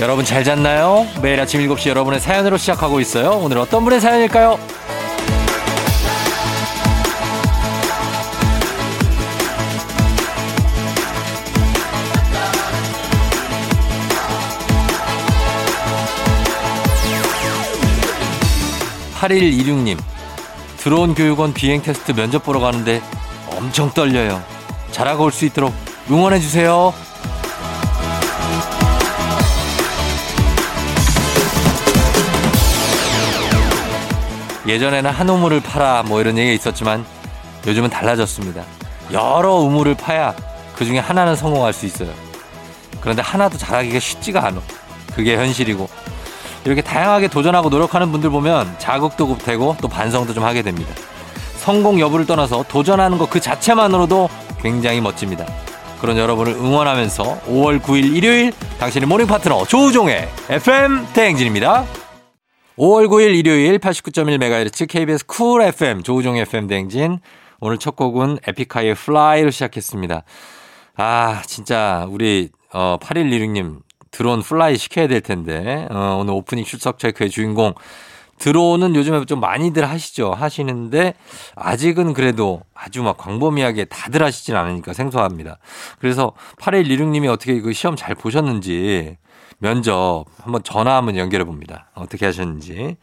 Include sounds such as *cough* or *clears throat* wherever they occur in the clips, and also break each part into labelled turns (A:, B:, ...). A: 여러분 잘 잤나요? 매일 아침 7시 여러분의 사연으로 시작하고 있어요. 오늘 어떤 분의 사연일까요? 8126님. 드론 교육원 비행 테스트 면접 보러 가는데 엄청 떨려요. 잘하고 올 수 있도록 응원해주세요. 예전에는 한 우물을 파라 뭐 이런 얘기 있었지만 요즘은 달라졌습니다. 여러 우물을 파야 그 중에 하나는 성공할 수 있어요. 그런데 하나도 잘하기가 쉽지가 않아. 그게 현실이고 이렇게 다양하게 도전하고 노력하는 분들 보면 자극도 되고 또 반성도 좀 하게 됩니다. 성공 여부를 떠나서 도전하는 것 그 자체만으로도 굉장히 멋집니다. 그런 여러분을 응원하면서 5월 9일 일요일 당신의 모닝 파트너 조우종의 FM 대행진입니다. 5월 9일 일요일 89.1MHz KBS 쿨 FM 조우종 FM 대행진 오늘 첫 곡은 에픽하이의 플라이로 시작했습니다. 아 진짜 우리 어, 8116님 드론 플라이 시켜야 될 텐데 어, 오늘 오프닝 출석 체크의 주인공 드론은 요즘에 좀 많이들 하시죠 하시는데 아직은 그래도 아주 막 광범위하게 다들 하시진 않으니까 생소합니다. 그래서 8116님이 어떻게 그 시험 잘 보셨는지 면접 한번 전화 한번 연결해 봅니다. 어떻게 하셨는지.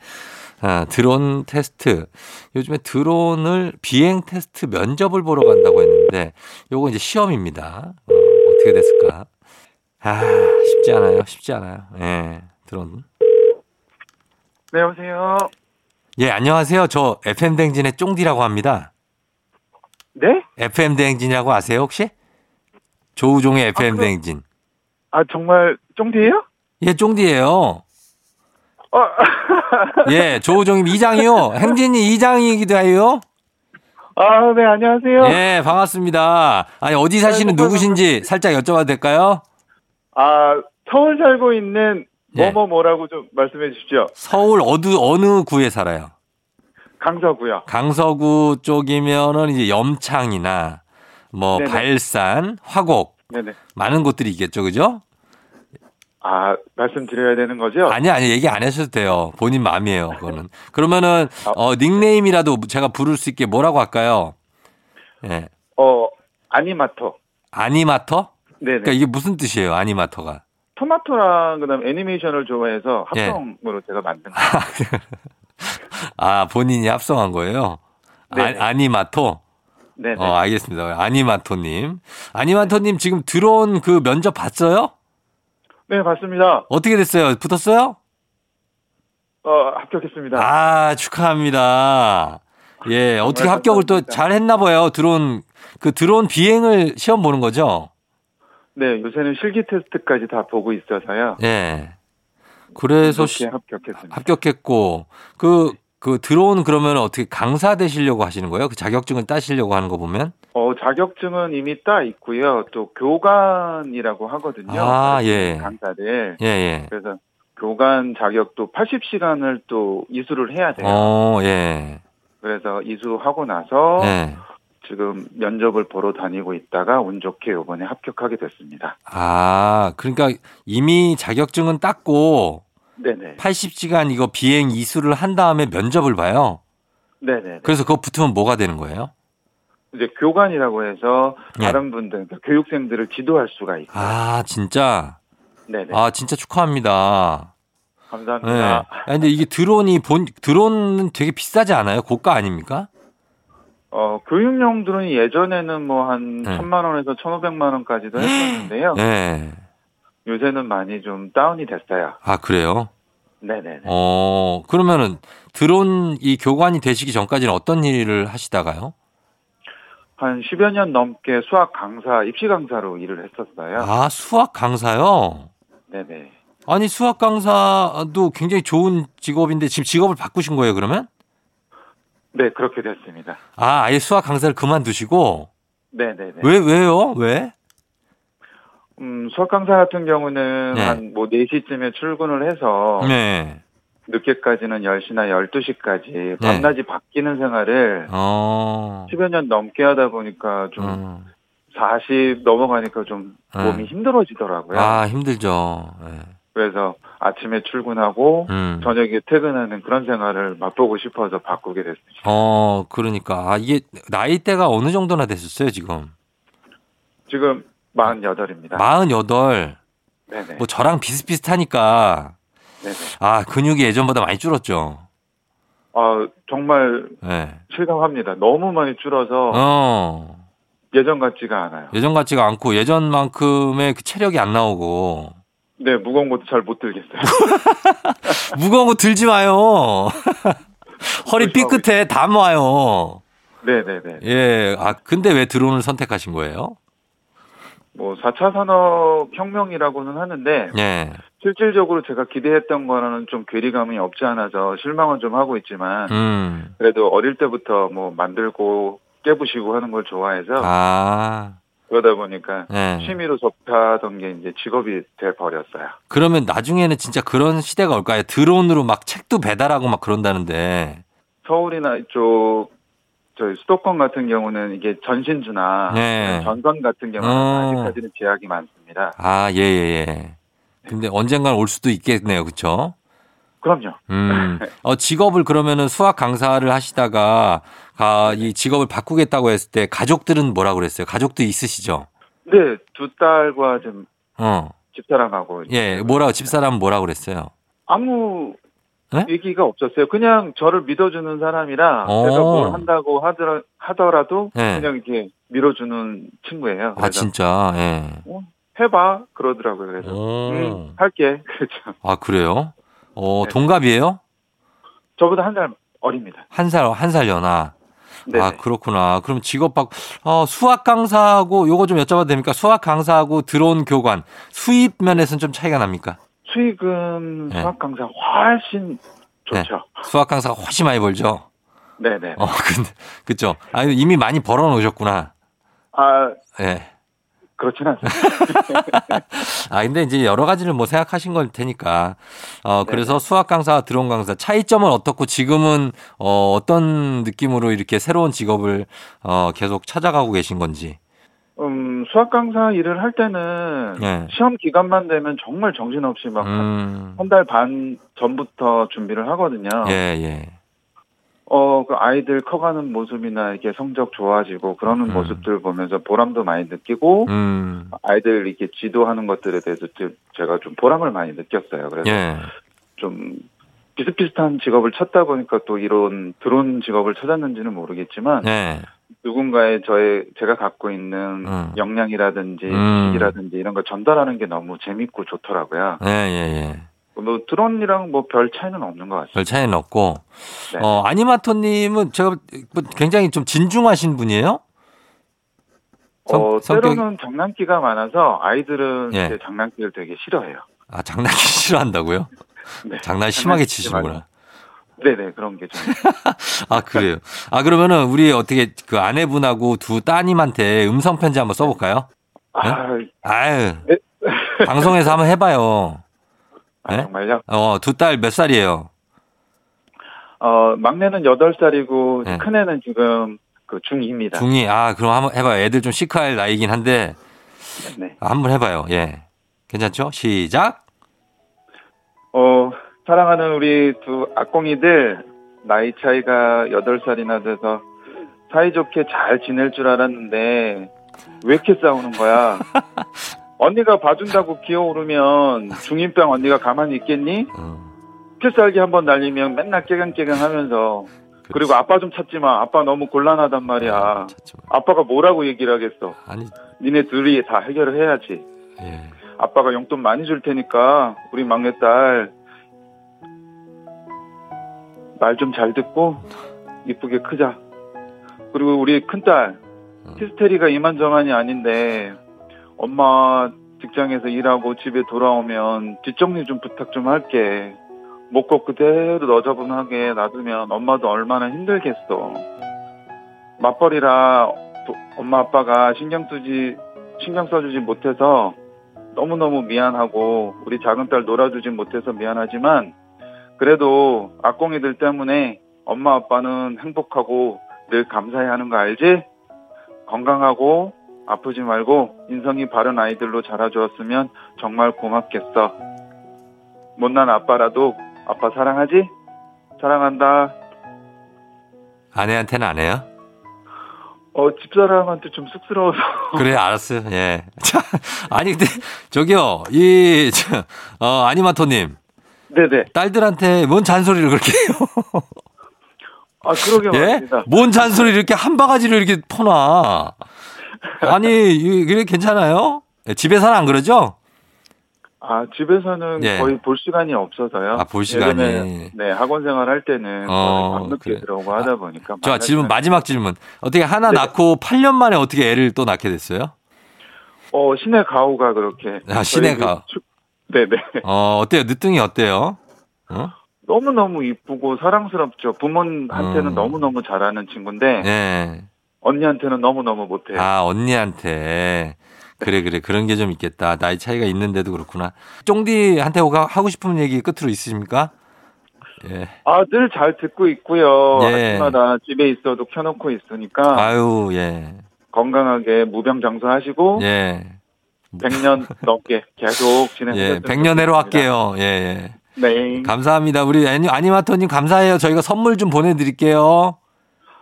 A: 아, 드론 테스트. 요즘에 드론을 비행 테스트 면접을 보러 간다고 했는데 요거 이제 시험입니다. 어, 어떻게 됐을까? 아, 쉽지 않아요. 쉽지 않아요. 예. 드론.
B: 네, 여보세요.
A: 예, 안녕하세요. 저 FM 댕진의 쫑디라고 합니다.
B: 네?
A: FM 댕진이라고 아세요, 혹시? 조우종의 FM
B: 그-
A: 댕진.
B: 아, 정말 쫑디예요?
A: 예, 쫑디예요.
B: 어, *laughs*
A: 예, 조우종님 이장이요. 행진이 이장이기도 해요.
B: 아, 네, 안녕하세요.
A: 예, 반갑습니다. 아니, 어디 사시는
B: 아이고,
A: 누구신지 살짝 여쭤봐도 될까요?
B: 아, 서울 살고 있는
A: 예.
B: 뭐뭐뭐라고 좀 말씀해 주십시오.
A: 서울 어두, 어느 구에 살아요?
B: 강서구요.
A: 강서구 쪽이면은 이제 염창이나 뭐
B: 네네.
A: 발산, 화곡
B: 네네.
A: 많은 곳들이 있겠죠, 그죠?
B: 아, 말씀드려야 되는 거죠?
A: 아니 아니 얘기 안 하셔도 돼요. 본인 마음이에요, 그거는. 그러면은
B: 아.
A: 어 닉네임이라도 제가 부를 수 있게 뭐라고 할까요? 예.
B: 어, 아니마토.
A: 아니마터?
B: 네네.
A: 그러니까 이게 무슨 뜻이에요, 아니마터가?
B: 토마토랑 그다음 애니메이션을 좋아해서
A: 예.
B: 합성으로 제가 만든 거예요.
A: 아, 본인이 합성한 거예요?
B: 네네.
A: 아, 아니마토?
B: 네네.
A: 어, 알겠습니다. 아니마토님. 아니마토님 지금 드론 그 면접 봤어요?
B: 네, 맞습니다.
A: 어떻게 됐어요? 붙었어요?
B: 어, 합격했습니다.
A: 아, 축하합니다. 예, 어떻게 합격을 또
B: 아, 감사합니다.
A: 잘 했나 봐요. 드론, 그 드론 비행을 시험 보는 거죠?
B: 네, 요새는 실기 테스트까지 다 보고 있어서요.
A: 예. 그래서 시-
B: 이렇게 합격했습니다.
A: 합격했고, 그, 그 드론 그러면 어떻게 강사 되시려고 하시는 거예요? 그 자격증을 따시려고 하는 거 보면?
B: 어, 자격증은 이미 따 있고요. 또 교관이라고 하거든요.
A: 아, 예.
B: 강사를.
A: 예, 예.
B: 그래서 교관 자격도 80시간을 또 이수를 해야 돼요.
A: 어, 예.
B: 그래서 이수하고 나서
A: 예.
B: 지금 면접을 보러 다니고 있다가 운 좋게 이번에 합격하게 됐습니다.
A: 아, 그러니까 이미 자격증은 땄고
B: 네네.
A: 80시간 이거 비행 이수를 한 다음에 면접을 봐요.
B: 네네.
A: 그래서 그거 붙으면 뭐가 되는 거예요?
B: 이제 교관이라고 해서
A: 예.
B: 다른 분들, 그러니까 교육생들을 지도할 수가 있고.
A: 아, 진짜?
B: 네네.
A: 아, 진짜 축하합니다. 예.
B: 감사합니다.
A: 아, 근데 이게 드론이 본, 드론은 되게 비싸지 않아요? 고가 아닙니까?
B: 어, 교육용 드론이 예전에는 뭐 한
A: 네.
B: 천만 원에서 천오백만 원까지도 했었는데요.
A: 예.
B: 요새는 많이 좀 다운이 됐어요.
A: 아, 그래요?
B: 네네네.
A: 어, 그러면은 드론 이 교관이 되시기 전까지는 어떤 일을 하시다가요?
B: 한 10여 년 넘게 수학 강사, 입시 강사로 일을 했었어요.
A: 아, 수학 강사요?
B: 네네.
A: 아니 수학 강사도 굉장히 좋은 직업인데 지금 직업을 바꾸신 거예요 그러면?
B: 네, 그렇게 됐습니다.
A: 아 아예 수학 강사를 그만두시고
B: 네네네.
A: 왜 왜요 왜?
B: 음, 수학 강사 같은 경우는
A: 네.
B: 한 뭐 4시쯤에 출근을 해서
A: 네.
B: 늦게까지는 10시나 12시까지 밤낮이 바뀌는 생활을
A: 어.
B: 10여 년 넘게 하다 보니까 좀
A: 음.
B: 40 넘어가니까 좀
A: 네.
B: 몸이 힘들어지더라고요.
A: 아 힘들죠. 네.
B: 그래서 아침에 출근하고
A: 음.
B: 저녁에 퇴근하는 그런 생활을 맛보고 싶어서 바꾸게 됐습니다.
A: 어, 그러니까. 아, 이게 나이대가 어느 정도나 됐었어요, 지금?
B: 지금 48입니다.
A: 48.
B: 아. 네네.
A: 뭐 저랑 비슷비슷하니까,
B: 네네.
A: 아, 근육이 예전보다 많이 줄었죠.
B: 아, 정말
A: 예.
B: 실감합니다. 너무 많이 줄어서
A: 어.
B: 예전 같지가 않아요.
A: 예전 같지가 않고 예전만큼의 그 체력이 안 나오고 예.
B: 네, 무거운 것도 잘 못 들겠어요.
A: *laughs* 무거운 거 들지 마요. *laughs* 허리 삐끗해 담아요.
B: 네네네.
A: 예. 아 근데 왜 드론을 선택하신 거예요?
B: 뭐 4차 산업 혁명이라고는 하는데
A: 예.
B: 실질적으로 제가 기대했던 거는 좀 괴리감이 없지 않아서 실망은 좀 하고 있지만
A: 음.
B: 그래도 어릴 때부터 뭐 만들고 깨부시고 하는 걸 좋아해서
A: 아.
B: 그러다 보니까
A: 예.
B: 취미로 접하던 게 이제 직업이 돼 버렸어요.
A: 그러면 나중에는 진짜 그런 시대가 올까요? 드론으로 막 책도 배달하고 막 그런다는데.
B: 서울이나 이쪽 저희 수도권 같은 경우는 이게 전신주나
A: 네.
B: 전선 같은 경우는
A: 어.
B: 아직까지는 제약이 많습니다.
A: 아, 예, 예, 예. 근데 언젠간 올 수도 있겠네요. 그쵸?
B: 그럼요.
A: 음. 어, 직업을 그러면은 수학 강사를 하시다가 아, 이 직업을 바꾸겠다고 했을 때 가족들은 뭐라 그랬어요? 가족도 있으시죠?
B: 네, 두 딸과 지금
A: 어.
B: 집사람하고
A: 예, 뭐라 집사람은 뭐라 그랬어요?
B: 아무
A: 네?
B: 얘기가 없었어요. 그냥 저를 믿어주는 사람이라
A: 어.
B: 제가 뭘 한다고 하더라, 하더라도
A: 네.
B: 그냥 이렇게 밀어주는 친구예요.
A: 아,
B: 그래서
A: 진짜. 예.
B: 해봐 그러더라고요.
A: 어.
B: 그래서
A: 오.
B: 음, 할게. *laughs* 그렇죠.
A: 아, 그래요? 어,
B: 네.
A: 동갑이에요?
B: 저보다 한 살 어립니다.
A: 한 살, 한 살 연하.
B: 네.
A: 아, 그렇구나. 그럼 직업 바, 어, 수학 강사하고, 요거 좀 여쭤봐도 됩니까? 수학 강사하고 드론 교관, 수입 면에서는 좀 차이가 납니까?
B: 수익은
A: 네.
B: 수학 강사 훨씬 좋죠.
A: 수학 강사가 훨씬 많이 벌죠?
B: 네, 네.
A: 어, *laughs* 근데, 그쵸. 아, 이미 많이 벌어 놓으셨구나.
B: 아,
A: 예.
B: 그렇진 않습니다.
A: 아, 근데 이제 여러 가지를 뭐 생각하신 걸 테니까. 어,
B: 네,
A: 그래서 수학 강사와 드론 강사 차이점은 어떻고 지금은 어, 어떤 느낌으로 이렇게 새로운 직업을 어, 계속 찾아가고 계신 건지.
B: 음, 수학 강사 일을 할 때는
A: 예.
B: 시험 기간만 되면 정말 정신없이 막
A: 음.
B: 한 달 반 전부터 준비를 하거든요.
A: 예, 예.
B: 어, 그 아이들 커가는 모습이나 이렇게 성적 좋아지고 그러는
A: 음.
B: 모습들 보면서 보람도 많이 느끼고
A: 음.
B: 아이들 이렇게 지도하는 것들에 대해서 좀 제가 좀 보람을 많이 느꼈어요. 그래서
A: 예.
B: 좀 비슷비슷한 직업을 찾다 보니까 또 이런 드론 직업을 찾았는지는 모르겠지만
A: 예.
B: 누군가의 저의 제가 갖고 있는
A: 음.
B: 역량이라든지
A: 음.
B: 지식이라든지 이런 걸 전달하는 게 너무 재밌고 좋더라고요.
A: 예, 예, 예.
B: 뭐 드론이랑 뭐 별 차이는 없는 것 같습니다.
A: 별 차이는 없고.
B: 네.
A: 어, 아니마토 님은 제가 뭐 굉장히 좀 진중하신 분이에요? 성-
B: 어,
A: 성격이-
B: 때로는 장난기가 많아서 아이들은
A: 예.
B: 제 장난기를 되게 싫어해요.
A: 아, 장난기 *laughs* 싫어한다고요?
B: 네.
A: 장난 심하게
B: 장난치지
A: 치시는구나.
B: 네네, 그런 게 좀.
A: 아 그래요. 아 그러면은 우리 어떻게 그 아내분하고 두 따님한테 음성 편지 한번 써볼까요?
B: 아,
A: 예? 아유 방송에서 한번 해봐요.
B: 아,
A: 네?
B: 정말요?
A: 어두 딸 몇 살이에요?
B: 어, 막내는 8살이고,
A: 네.
B: 큰애는 지금 그 중2입니다.
A: 중이 아 그럼 한번 해봐요. 애들 좀 시크할 나이긴 한데
B: 네.
A: 아, 한번 해봐요. 예 괜찮죠? 시작.
B: 어, 사랑하는 우리 두 악공이들, 나이 차이가 8살이나 돼서 사이좋게 잘 지낼 줄 알았는데, 왜 이렇게 싸우는 *laughs* 거야? 언니가 봐준다고 기어오르면 중2병 언니가 가만히 있겠니?
A: 음,
B: 필살기 한 번 날리면 맨날 깨갱깨갱 하면서 그리고 아빠 좀 찾지 마. 아빠 너무 곤란하단 말이야.
A: 찾지 마.
B: 아빠가 뭐라고 얘기를 하겠어.
A: 아니
B: 니네 둘이 다 해결을 해야지.
A: 예.
B: 아빠가 용돈 많이 줄 테니까 우리 막내딸 말 좀 잘 듣고 이쁘게 크자. 그리고 우리 큰딸 히스테리가 이만저만이 아닌데 엄마 직장에서 일하고 집에 돌아오면 뒷정리 좀 부탁 좀 할게. 목거 그대로 너저분하게 놔두면 엄마도 얼마나 힘들겠어. 맞벌이라 도- 엄마 아빠가 신경 쓰지 신경 써주지 못해서 너무너무 미안하고 우리 작은 딸 놀아주지 못해서 미안하지만 그래도 악공이들 때문에 엄마 아빠는 행복하고 늘 감사해야 하는 거 알지? 건강하고 아프지 말고 인성이 바른 아이들로 자라주었으면 정말 고맙겠어. 못난 아빠라도 아빠 사랑하지? 사랑한다.
A: 아내한테는 안 해요?
B: 어, 집사람한테 좀 쑥스러워서. *laughs*
A: 그래, 알았어요. 예. *laughs* 자, 아니, 근데, 저기요, 이, 저, 어, 아니마토님.
B: 네네.
A: 딸들한테 뭔 잔소리를 그렇게 해요?
B: 아, 그러게
A: 예?
B: 말입니다.
A: 뭔 잔소리 이렇게 한 바가지를 이렇게 퍼놔. 아니, 이- 이게 괜찮아요? 예, 집에서는 안 그러죠?
B: 아, 집에서는
A: 예.
B: 거의 볼 시간이 없어서요.
A: 아, 볼 시간이.
B: 예전에, 네, 학원 생활 할 때는
A: 어,
B: 거의 밤늦게
A: 그래.
B: 들어오고 하다 보니까. 네.
A: 자,
B: 만날
A: 질문,
B: 시간이-
A: 마지막 질문. 어떻게 하나
B: 아, 네.
A: 낳고 8년 만에 어떻게 애를 또 낳게 됐어요?
B: 어, 시내 가오가 그렇게.
A: 아, 시내
B: 저희 그
A: 가오.
B: 축- 네네. *laughs*
A: 어, 어때요? 늦둥이 어때요? 어?
B: 너무너무 이쁘고 사랑스럽죠. 부모한테는
A: 음.
B: 너무너무 잘하는 친구인데,
A: *laughs* 예.
B: 언니한테는 너무너무 못해요.
A: 아, 언니한테. 그래, 그래. 그런 게 좀 있겠다. 나이 차이가 있는데도 그렇구나. 쫑디한테 가- 하고 싶은 얘기 끝으로 있으십니까? 예.
B: 아, 늘 잘 듣고 있고요.
A: 예.
B: 아침마다 집에 있어도 켜놓고 있으니까
A: 아유, 예.
B: 건강하게 무병장수하시고
A: 예.
B: 100년 넘게 계속
A: *laughs* 예.
B: 진행해
A: 백년해로 할게요. 예, 예.
B: 네.
A: 감사합니다. 우리 애니, 아니마토님 감사해요. 저희가 선물 좀 보내드릴게요.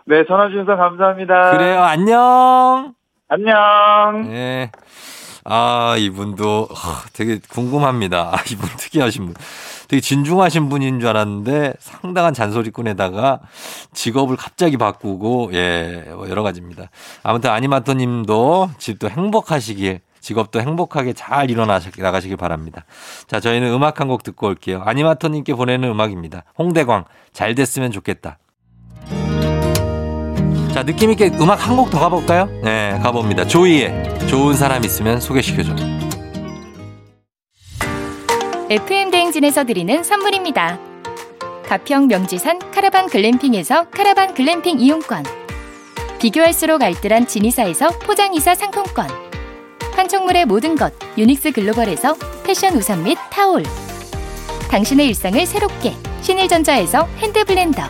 B: 네, 전화 주셔서 감사합니다.
A: 그래요. 안녕.
B: 안녕.
A: 예. 아, 이분도 하, 되게 궁금합니다. 아, 이분 특이하신 분. 되게 진중하신 분인 줄 알았는데 상당한 잔소리꾼에다가 직업을 갑자기 바꾸고 예, 뭐 여러 가지입니다. 아무튼 아니마토 님도 집도 행복하시길 직업도 행복하게 잘 일어나시길 나가시길 바랍니다. 자, 저희는 음악 한 곡 듣고 올게요. 아니마토 님께 보내는 음악입니다. 홍대광 잘 됐으면 좋겠다. 자, 느낌 있게 음악 한 곡 더 가볼까요? 네, 가봅니다. 조이의 좋은 사람 있으면 소개시켜줘.
C: FM 대행진에서 드리는 선물입니다. 가평 명지산 카라반 글램핑에서 카라반 글램핑 이용권. 비교할수록 알뜰한 진이사에서 포장이사 상품권. 판촉물의 모든 것 유닉스 글로벌에서 패션 우산 및 타올. 당신의 일상을 새롭게 신일전자에서 핸드블렌더.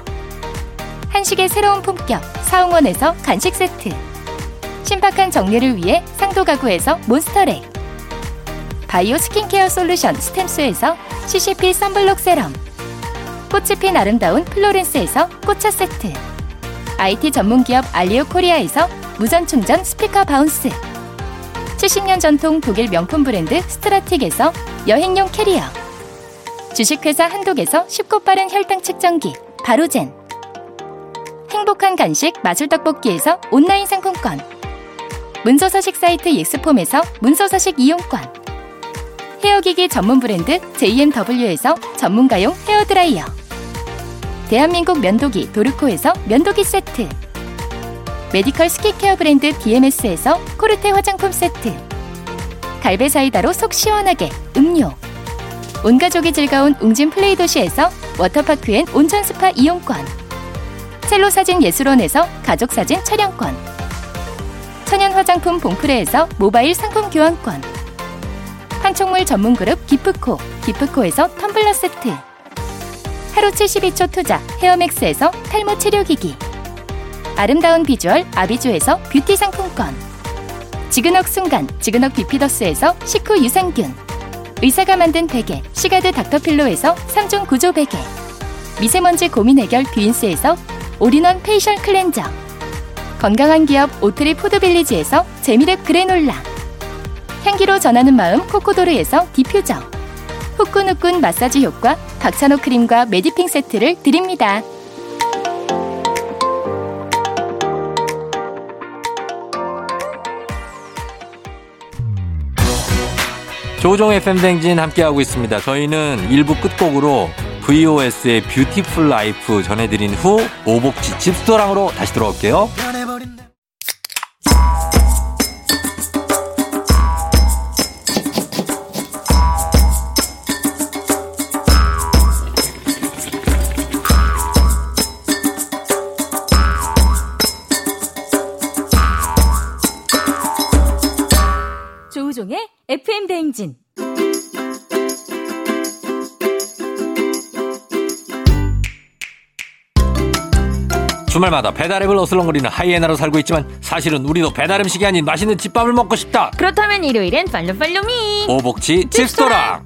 C: 한식의 새로운 품격 사홍원에서 간식 세트. 신박한 정리를 위해 상도 가구에서 몬스터렉. 바이오 스킨케어 솔루션 스템스에서 CCP 썬블록 세럼 꽃이 핀 아름다운 플로렌스에서 꽃차 세트 IT 전문기업 알리오 코리아에서 무선 충전 스피커 바운스 70년 전통 독일 명품 브랜드 스트라틱에서 여행용 캐리어 주식회사 한독에서 쉽고 빠른 혈당 측정기 바로젠 행복한 간식 마술 떡볶이에서 온라인 상품권 문서서식 사이트 익스폼에서 문서서식 이용권 헤어기기 전문 브랜드 JMW에서 전문가용 헤어드라이어 대한민국 면도기 도르코에서 면도기 세트 메디컬 스킨케어 브랜드 DMS에서 코르테 화장품 세트 갈베사이다로 속 시원하게 음료 온가족이 즐거운 웅진 플레이 도시에서 워터파크 엔 온천 스파 이용권 첼로 사진 예술원에서 가족 사진 촬영권 천연 화장품 봉프레에서 모바일 상품 교환권 판촉물 전문 그룹 기프코, 기프코에서 텀블러 세트. 하루 72초 투자 헤어맥스에서 탈모 치료기기. 아름다운 비주얼 아비주에서 뷰티 상품권. 지그넉 순간, 지그넉 비피더스에서 식후 유산균. 의사가 만든 베개, 시가드 닥터필로에서 3중 구조 베개. 미세먼지 고민 해결 뷰인스에서 올인원 페이셜 클렌저. 건강한 기업 오트리 포드빌리지에서 재미랩 그래놀라. 향기로 전하는 마음 코코도르에서 디퓨저 후끈후끈 마사지 효과 박찬호 크림과 메디핑 세트를 드립니다.
A: 조종 FM 댕진 함께하고 있습니다. 저희는 1부 끝곡으로 VOS의 뷰티풀 라이프 전해드린 후 오복지 집스토랑으로 다시 돌아올게요.
D: 조우종의 FM 대행진.
A: 주말마다 배달앱을 어슬렁거리는 하이에나로 살고 있지만 사실은 우리도 배달 음식이 아닌 맛있는 집밥을 먹고 싶다.
D: 그렇다면 일요일엔 팔로 팔로미.
A: 오복지 집스토랑.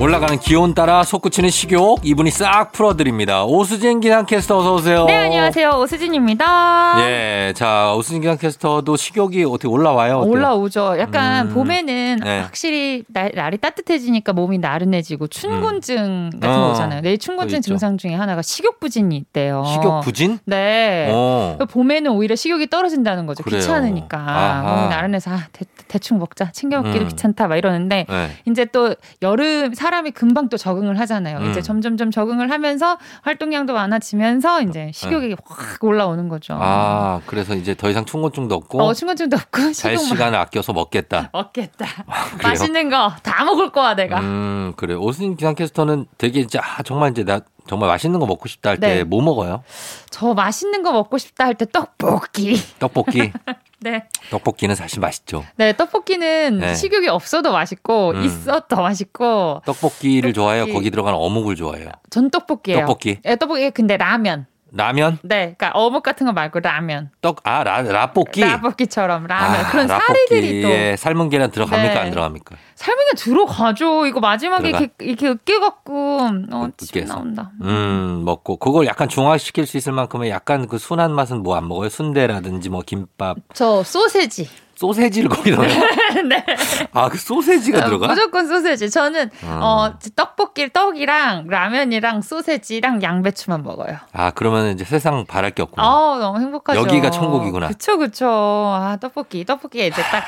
A: 올라가는 기온 따라 솟구치는 식욕 이분이 싹 풀어드립니다. 오수진 기상캐스터 어서 오세요.
E: 네, 안녕하세요. 오수진입니다.
A: 예, 자 오수진 기상캐스터도 식욕이 어떻게 올라와요? 어때요?
E: 올라오죠. 약간
A: 음.
E: 봄에는
A: 네.
E: 확실히 날, 날이 따뜻해지니까 몸이 나른해지고 춘곤증 같은
A: 어,
E: 거 오잖아요. 내
A: 그거
E: 춘곤증
A: 있죠.
E: 증상 중에 하나가 식욕부진이 있대요.
A: 식욕 부진?
E: 네.
A: 어.
E: 봄에는 오히려 식욕이 떨어진다는 거죠.
A: 그래요.
E: 귀찮으니까
A: 아하.
E: 몸이 나른해서 아, 대, 충 먹자 챙겨 먹기도
A: 음.
E: 귀찮다 막 이러는데
A: 네.
E: 이제 또 여름 사람이 금방 또 적응을 하잖아요.
A: 음.
E: 이제 점점점 적응을 하면서 활동량도 많아지면서 이제 식욕이 확 올라오는 거죠.
A: 음. 아 그래서 이제 더 이상 충곤증도 없고
E: 어, 충곤증도 없고
A: 잘
E: 식욕만
A: 시간을 아껴서
E: *laughs*
A: 먹겠다.
E: 먹겠다.
A: 그래요?
E: 맛있는 거 다 먹을 거야 내가.
A: 음 그래 오수진 기상캐스터는 되게 진짜 아, 정말 이제 나 정말 맛있는 거 먹고 싶다 할 때
E: 네.
A: 뭐 먹어요?
E: 저 맛있는 거 먹고 싶다 할 때 떡볶이.
A: 떡볶이.
E: *laughs* 네.
A: 떡볶이는 사실 맛있죠.
E: 네, 떡볶이는
A: 네.
E: 식욕이 없어도 맛있고
A: 음.
E: 있어도 맛있고
A: 떡볶이를 좋아해요.
E: 떡볶이.
A: 거기 들어가는 어묵을 좋아해요.
E: 전 떡볶이예요.
A: 떡볶이.
E: 예, 떡볶이 근데 라면.
A: 라면?
E: 네, 그러니까 어묵 같은 거 말고 라면.
A: 떡, 아, 라, 라볶이?
E: 라볶이처럼 라면.
A: 아,
E: 그런 사리들이 또
A: 라볶이에 삶은 계란 들어갑니까?
E: 네.
A: 안 들어갑니까?
E: 삶은 게 들어가죠. 이거 마지막에
A: 들어가?
E: 이렇게 이렇게 으깨갖고 어,
A: 으-
E: 침
A: 으깨서.
E: 나온다.
A: 음, 먹고. 그걸 약간 중화시킬 수 있을 만큼의 약간 그 순한 맛은 뭐 안 먹어요? 순대라든지 뭐 김밥.
E: 저 소세지.
A: 소세지를 거기 넣어요?
E: *laughs* 네.
A: 아, 그 소세지가 들어가?
E: 무조건 소세지. 저는
A: 음.
E: 어 떡볶이 떡이랑 라면이랑 소세지랑 양배추만 먹어요.
A: 아, 그러면 이제 세상 바랄 게 없구나.
E: 아우 너무 행복하죠.
A: 어. 여기가 천국이구나.
E: 그쵸 그쵸. 아 떡볶이 떡볶이 이제 딱.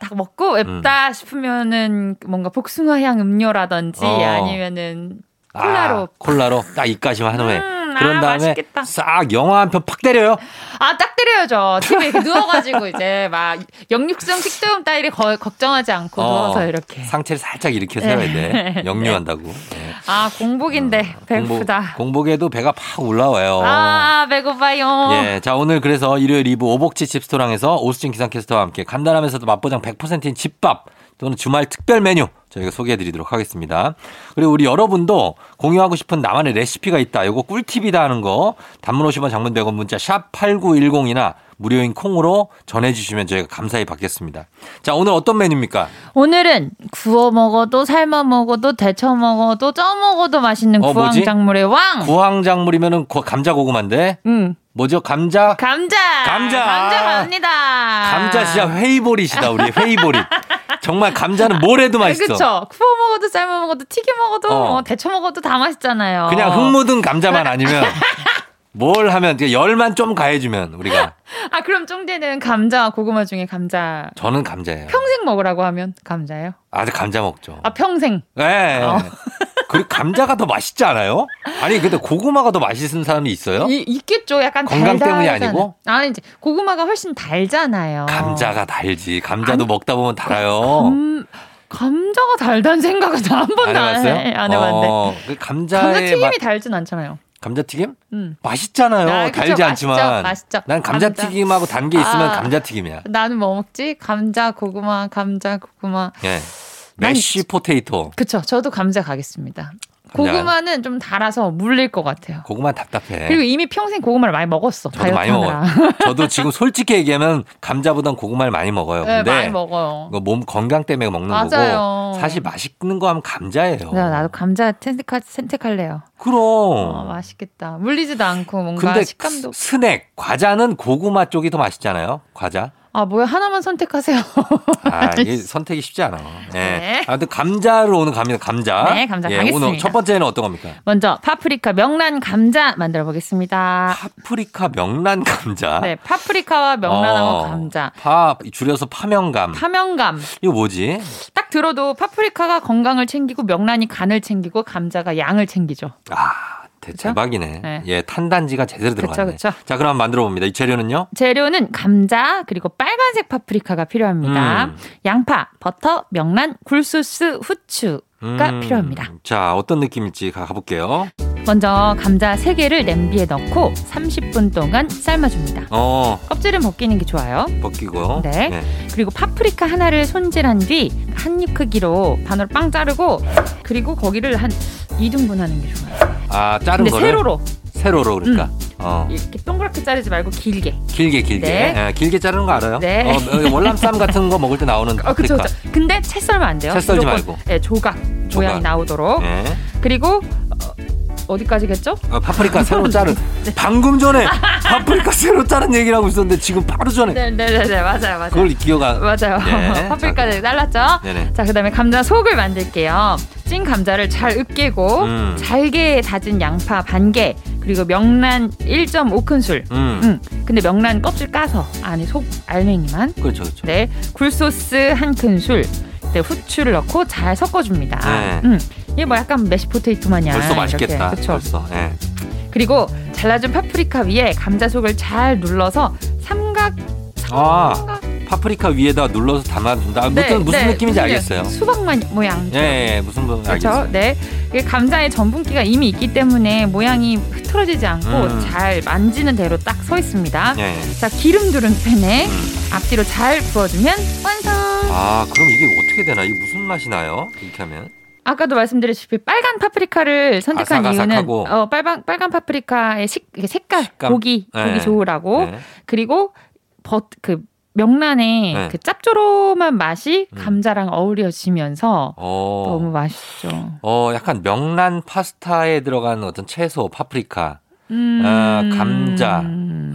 E: 딱 먹고 맵다 싶으면은 뭔가 복숭아 향 음료라든지
A: 음. 어.
E: 아니면은
A: 아,
E: 콜라로.
A: 콜라로 딱 입가심 한 후에.
E: 음, 아,
A: 그런 다음에
E: 맛있겠다.
A: 싹 영화 한 편 팍 때려요.
E: 아 딱 때려야죠. 집에 이렇게 누워가지고 이제 막 역류성 식도염 따위를 거- 걱정하지 않고
A: 어.
E: 누워서 이렇게.
A: 상체를 살짝 일으켜서 해야 돼.
E: 네.
A: 역류한다고. 네.
E: 아 공복인데
A: 어,
E: 배고프다.
A: 공복, 에도 배가 팍 올라와요.
E: 아 배고파요.
A: 어. 예, 자 오늘 그래서 일요일 2부 오복치 집스토랑에서 오수진 기상캐스터와 함께 간단하면서도 맛보장 100%인 집밥 또는 주말 특별 메뉴 저희가 소개해드리도록 하겠습니다. 그리고 우리 여러분도 공유하고 싶은 나만의 레시피가 있다. 요거 꿀팁이다 하는 거 단문 50원 장문 100원 문자 샵 8910이나 무료인 콩으로 전해주시면 저희가 감사히 받겠습니다. 자 오늘 어떤 메뉴입니까?
E: 오늘은 구워 먹어도 삶아 먹어도 데쳐 먹어도 쪄 먹어도 맛있는
A: 어, 뭐지?
E: 구황작물의 왕.
A: 구황작물이면은 고- 감자 고구마인데
E: 음.
A: 뭐죠? 감자
E: 감자.
A: 감자.
E: 감자 갑니다. 아.
A: 감자 진짜 회이보릿이다 우리 회이보릿. 정말 감자는 뭘 해도 맛있어.
E: 그렇죠. 구워 먹어도 삶아 먹어도 튀겨 먹어도
A: 어.
E: 뭐 데쳐 먹어도 다 맛있잖아요.
A: 그냥 흙 묻은 감자만
E: *laughs*
A: 아니면 뭘 하면 그냥 열만 좀 가해주면 우리가
E: 아 그럼 쫑대는 감자 고구마 중에 감자
A: 저는 감자예요.
E: 평생 먹으라고 하면 감자예요?
A: 아주 감자 먹죠.
E: 아 어. 평생.
A: 예. 네. 그리고 감자가 더 맛있지 않아요? 아니 근데 고구마가 더 맛있는 사람이 있어요?
E: 이, 있겠죠. 약간
A: 건강 때문이
E: 달달하잖아요.
A: 아니고?
E: 아니 이제 고구마가 훨씬 달잖아요.
A: 감자가 달지. 감자도 먹다 보면 달아요.
E: 감, 감자가 달다는 생각은 나한 번도 음, 안, 해. 안 해봤는데.
A: 어, 그
E: 감자
A: 감자의
E: 튀김이
A: 맛
E: 달진 않잖아요.
A: 감자튀김?
E: 음.
A: 맛있잖아요.
E: 아, 그쵸.
A: 달지
E: 맛있죠.
A: 않지만.
E: 맛있죠.
A: 난
E: 감자.
A: 감자튀김하고 단 게 있으면
E: 아.
A: 감자튀김이야.
E: 나는 뭐 먹지? 감자 고구마 감자 고구마.
A: 예. 메쉬 포테이토.
E: 그쵸. 저도 감자 가겠습니다.
A: 감자.
E: 고구마는 좀 달아서 물릴 것 같아요.
A: 고구마 답답해.
E: 그리고 이미 평생 고구마를 많이 먹었어.
A: 네. 저도 많이
E: 다이어트하느라.
A: 먹어요. 저도 지금 솔직히 얘기하면 감자보단 고구마를 많이 먹어요.
E: 네,
A: 근데
E: 많이 먹어요.
A: 이거 몸 건강 때문에 먹는
E: 맞아요. 네.
A: 거고 사실 맛있는 거 하면 감자예요.
E: 나, 나도 감자 선택하, 선택할래요.
A: 그럼.
E: 어, 맛있겠다. 물리지도 않고 뭔가
A: 근데
E: 식감도.
A: 스- 스낵 과자는 고구마 쪽이 더 맛있잖아요. 과자.
E: 아 뭐야 하나만 선택하세요. *laughs*
A: 아, 이게 선택이 쉽지 않아. 예.
E: 네.
A: 아무튼 감자로 오늘 갑니다. 감자.
E: 네, 감자
A: 예,
E: 가겠습니다.
A: 오늘 첫 번째는 어떤 겁니까?
E: 먼저 파프리카 명란 감자 만들어 보겠습니다.
A: 파프리카 명란 감자.
E: 아. 네, 파프리카와 명란하고
A: 아. 어,
E: 감자.
A: 파 줄여서 파명감.
E: 파명감.
A: 이거 뭐지?
E: 딱 들어도 파프리카가 건강을 챙기고 명란이 간을 챙기고 감자가 양을 챙기죠.
A: 아, 대-
E: 그쵸?
A: 대박이네.
E: 네.
A: 예, 탄단지가 제대로 들어갔네.
E: 그쵸.
A: 자, 그럼 만들어 봅니다. 이 재료는요?
E: 재료는 감자 그리고 빨간색 파프리카가 필요합니다.
A: 음.
E: 양파, 버터, 명란, 굴소스, 후추. 가
A: 음,
E: 필요합니다.
A: 자, 어떤 느낌일지 가- 가볼게요.
E: 먼저 감자 3개를 냄비에 넣고 30분 동안 삶아줍니다.
A: 어,
E: 껍질은 벗기는 게 좋아요.
A: 벗기고요.
E: 네.
A: 예.
E: 그리고 파프리카 하나를 손질한 뒤 한 입 크기로 반으로 빵 자르고 그리고 거기를 한 2등분 하는 게 좋아요.
A: 아, 자른
E: 근데
A: 거를
E: 세로로
A: 세로로 그러니까. 어.
E: 이렇게 동그랗게 자르지 말고 길게.
A: 길게 길게
E: 네.
A: 예, 길게 자르는 거 알아요?
E: 네.
A: 어, 월남쌈 같은 거 먹을 때 나오는
E: 어, 그쵸,
A: 아프리카.
E: 그쵸. 근데 채 썰면 안 돼요.
A: 그러니까. 채 썰지
E: 무조건,
A: 말고.
E: 예, 조각, 모양이
A: 조각.
E: 나오도록.
A: 예.
E: 그리고 어, 디까지겠죠
A: 어,
E: 아,
A: 파프리카 새로 자른
E: 네.
A: 방금
E: *laughs*
A: 전에 파프리카 새로 자른 얘기를 하고 있었는데 지금 바로 전에
E: 네네네네 어? 맞아요 맞아요.
A: 그걸 기억 안
E: 맞아요. *laughs*
A: 예,
E: 파프리카를 잘랐죠.
A: 네네.
E: 자 그다음에 감자 속을 만들게요. 찐 감자를 잘 으깨고
A: 음.
E: 잘게 다진 양파 반 개 그리고 명란 1.5큰술.
A: 음.
E: 음. 근데 명란 껍질 까서 안에 속 알맹이만.
A: 그렇죠 그렇죠.
E: 네. 굴소스 한 큰술. 네, 후추를 넣고 잘 섞어줍니다.
A: 네.
E: 음. 이게 뭐 약간 메시 포테이토 마냥
A: 벌써 맛있겠다.
E: 그렇죠.
A: 벌써. 예.
E: 그리고 잘라준 파프리카 위에 감자 속을 잘 눌러서 삼각
A: 아 파프리카 위에다 눌러서 담아준다. 무슨 무슨 느낌인지 알겠어요.
E: 네, 수박 마- 모양.
A: 예, 예, 무슨 분
E: 그렇죠.
A: 알겠어요.
E: 네. 이게 감자의 전분기가 이미 있기 때문에 모양이 흐트러지지 않고
A: 음.
E: 잘 만지는 대로 딱 서 있습니다.
A: 예, 예.
E: 자, 기름 두른 팬에
A: 음.
E: 앞뒤로 잘 부어주면 완성.
A: 아 그럼 이게 어떻게 되나? 이게 무슨 맛이 나요? 이렇게 하면.
E: 아까도 말씀드렸다시피 빨간 파프리카를 선택한 이유는
A: 아삭아삭하고.
E: 어, 빨간 빨간 파프리카의 식, 이게 색깔,
A: 식감.
E: 고기
A: 네.
E: 고기 좋으라고
A: 네.
E: 그리고 벗 그 명란의
A: 네.
E: 그 짭조름한 맛이
A: 음.
E: 감자랑 어우러지면서
A: 어.
E: 너무 맛있죠.
A: 어, 약간 명란 파스타에 들어간 어떤 채소, 파프리카,
E: 음.
A: 아, 감자.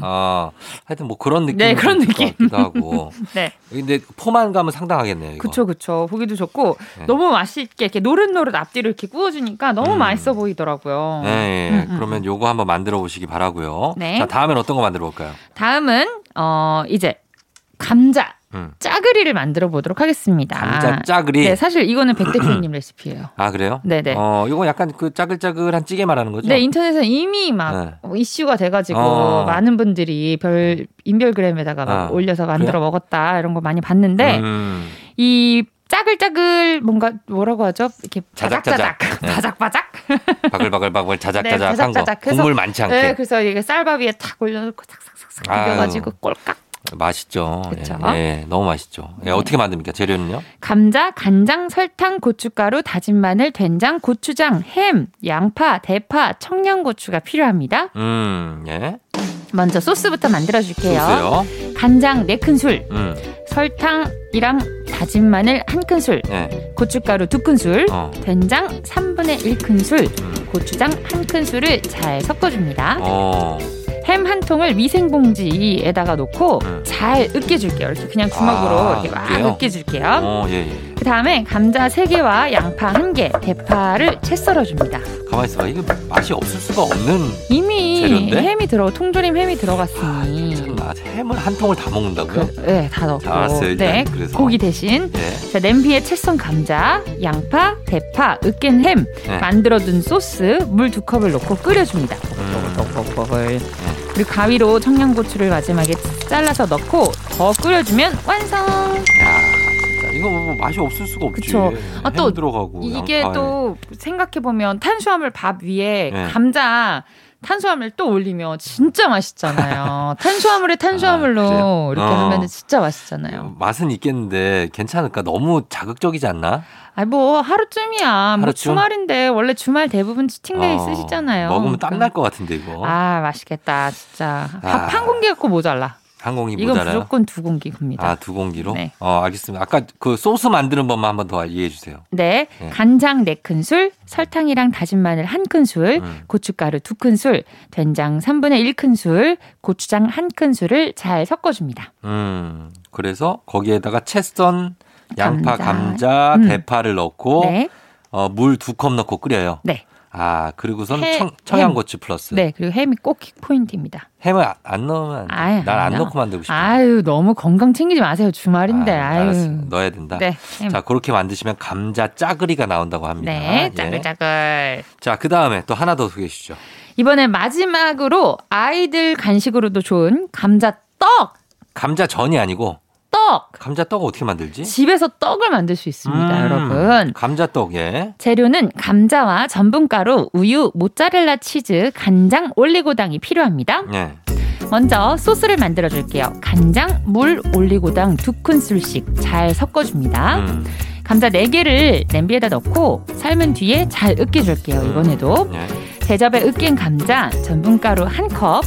A: 어, 하여튼 뭐 그런 느낌.
E: 네, 그런 느낌.
A: 같기도 하고.
E: 네,
A: 근데 포만감은 상당하겠네요. 이거.
E: 그쵸 그쵸. 보기도 좋고
A: 네.
E: 너무 맛있게 이렇게 노릇노릇 앞뒤로 이렇게 구워주니까 너무
A: 음.
E: 맛있어 보이더라고요.
A: 네,
E: 음, 음.
A: 그러면 요거 한번 만들어 보시기 바라고요.
E: 네.
A: 자, 다음엔 어떤 거 만들어 볼까요?
E: 다음은 어 이제 감자
A: 음.
E: 짜글이를 만들어 보도록 하겠습니다.
A: 감자 짜글이.
E: 네, 사실 이거는 백 대표님
A: *clears throat*
E: 레시피예요.
A: 아, 그래요?
E: 네네.
A: 어, 요건 약간 그 짜글짜글한 찌개 말하는 거죠?
E: 네, 인터넷에 이미 막
A: 네.
E: 어, 이슈가 돼가지고
A: 어.
E: 많은 분들이 별 인별그램에다가 막
A: 아,
E: 올려서 만들어
A: 그래요?
E: 먹었다 이런 거 많이 봤는데
A: 음.
E: 이 짜글짜글 뭔가 뭐라고 하죠? 이렇게
A: 자작자작.
E: 바작자작
A: 네.
E: 바작바작.
A: 바글바글바글 자작자작한
E: 네,
A: 거.
E: 자작자작해서-
A: 국물 많지 않게.
E: 네, 그래서 이게 쌀밥 위에 탁 올려놓고 삭삭삭삭
A: 아유.
E: 비벼가지고 꼴깍.
A: 맛있죠.
E: 그- 그쵸?
A: 예, 예, 너무 맛있죠. 예,
E: 네.
A: 어떻게 만듭니까? 재료는요?
E: 감자, 간장, 설탕, 고춧가루, 다진 마늘, 된장, 고추장, 햄, 양파, 대파, 청양고추가 필요합니다.
A: 음, 예.
E: 먼저 소스부터 만들어줄게요.
A: 소스요.
E: 간장 4큰술,
A: 음,
E: 설탕이랑 다진 마늘 1큰술,
A: 예.
E: 고춧가루 2큰술,
A: 어.
E: 된장 3분의 1큰술,
A: 음.
E: 고추장 1큰술을 잘 섞어줍니다.
A: 어.
E: 햄 한 통을 미생봉지에다가 놓고
A: 음.
E: 잘 으깨줄게요. 이렇게 그냥 주먹으로
A: 아,
E: 이렇게 막
A: 그래요?
E: 으깨줄게요.
A: 어, 예, 예.
E: 그 다음에 감자 3개와 양파 1개, 대파를 채 썰어줍니다.
A: 가만히 있어봐. 이게 맛이 없을 수가 없는.
E: 이미
A: 재료인데?
E: 햄이 들어, 통조림 햄이
A: 아,
E: 들어갔으니.
A: 괜찮나. 햄을 한 통을 다 먹는다고요?
E: 그, 네, 다 넣고.
A: 알았어요, 일단.
E: 네,
A: 그래서.
E: 고기 대신.
A: 예.
E: 자, 냄비에 채썬 감자, 양파, 대파, 으깬 햄,
A: 네.
E: 만들어둔 소스, 물 두 컵을 넣고 끓여줍니다.
A: 음.
E: 버글버글버글. 그리고 가위로 청양고추를 마지막에 잘라서 넣고 더 끓여주면 완성.
A: 야, 진짜. 이거 뭐 맛이 없을 수가 없지.
E: 그쵸. 아,
A: 햄
E: 또
A: 들어가고.
E: 이게
A: 양파에.
E: 또 생각해 보면 탄수화물 밥 위에
A: 네.
E: 감자 탄수화물 또 올리면 진짜
A: *laughs*
E: 맛있잖아요. 탄수화물에
A: 아,
E: 탄수화물로
A: 그래요?
E: 이렇게
A: 어. 음.
E: 하면 진짜 맛있잖아요.
A: 맛은 있겠는데 괜찮을까? 너무 자극적이지 않나?
E: 아니 뭐 하루쯤이야. 뭐
A: 하루쯤?
E: 주말인데 원래 주말 대부분 치팅데이
A: 어,
E: 쓰시잖아요.
A: 먹으면 땀 날
E: 그러니까.
A: 것 같은데 이거.
E: 아 맛있겠다 진짜 밥
A: 어? 아.
E: 한 공기 갖고 모자라.
A: 한 공기
E: 이건
A: 모자라요?
E: 무조건 두 공기 굽니다.
A: 아, 두 공기로?
E: 네.
A: 어, 알겠습니다. 아까 그 소스 만드는 법만 한 번 더 이해해 주세요.
E: 네,
A: 네.
E: 간장 4큰술, 설탕이랑 다진 마늘 1큰술,
A: 음.
E: 고춧가루 2큰술, 된장 3분의 1큰술, 고추장 1큰술을 잘 섞어줍니다.
A: 음. 그래서 거기에다가 채썬 양파,
E: 감자.
A: 감자,
E: 음.
A: 대파를 넣고
E: 네,
A: 어, 물 두 컵 넣고 끓여요.
E: 네,
A: 아, 그리고선
E: 햄,
A: 청, 청양고추 플러스.
E: 네. 그리고 햄이 꼭 킥포인트입니다.
A: 햄을 아- 안 넣으면
E: 아유,
A: 난 안
E: 아니요.
A: 넣고 만들고 싶어.
E: 아유, 너무 건강 챙기지 마세요. 주말인데.
A: 아,
E: 아유.
A: 알았어. 넣어야 된다.
E: 네, 햄.
A: 자, 그렇게 만드시면 감자 짜글이가 나온다고 합니다.
E: 네,
A: 예.
E: 짜글짜글.
A: 자, 그다음에 또 하나 더 소개해 주시죠.
E: 이번에 마지막으로 아이들 간식으로도 좋은 감자떡!
A: 감자 전이 아니고
E: 떡!
A: 감자 떡 어떻게 만들지?
E: 집에서 떡을 만들 수 있습니다,
A: 예? 음,
E: 여러분.
A: 감자떡 예.
E: 재료는 감자와 전분가루, 우유, 모짜렐라 치즈, 간장, 올리고당이 필요합니다.
A: 예.
E: 먼저 소스를 만들어 줄게요. 간장, 물, 올리고당 두 큰술씩 잘 섞어줍니다. 네
A: 음,
E: 감자 네개를 냄비에다 넣고 삶은 뒤에 잘 으깨줄게요. 이번에도.
A: 예.
E: 대접에 으깬 감자, 전분가루 한 컵,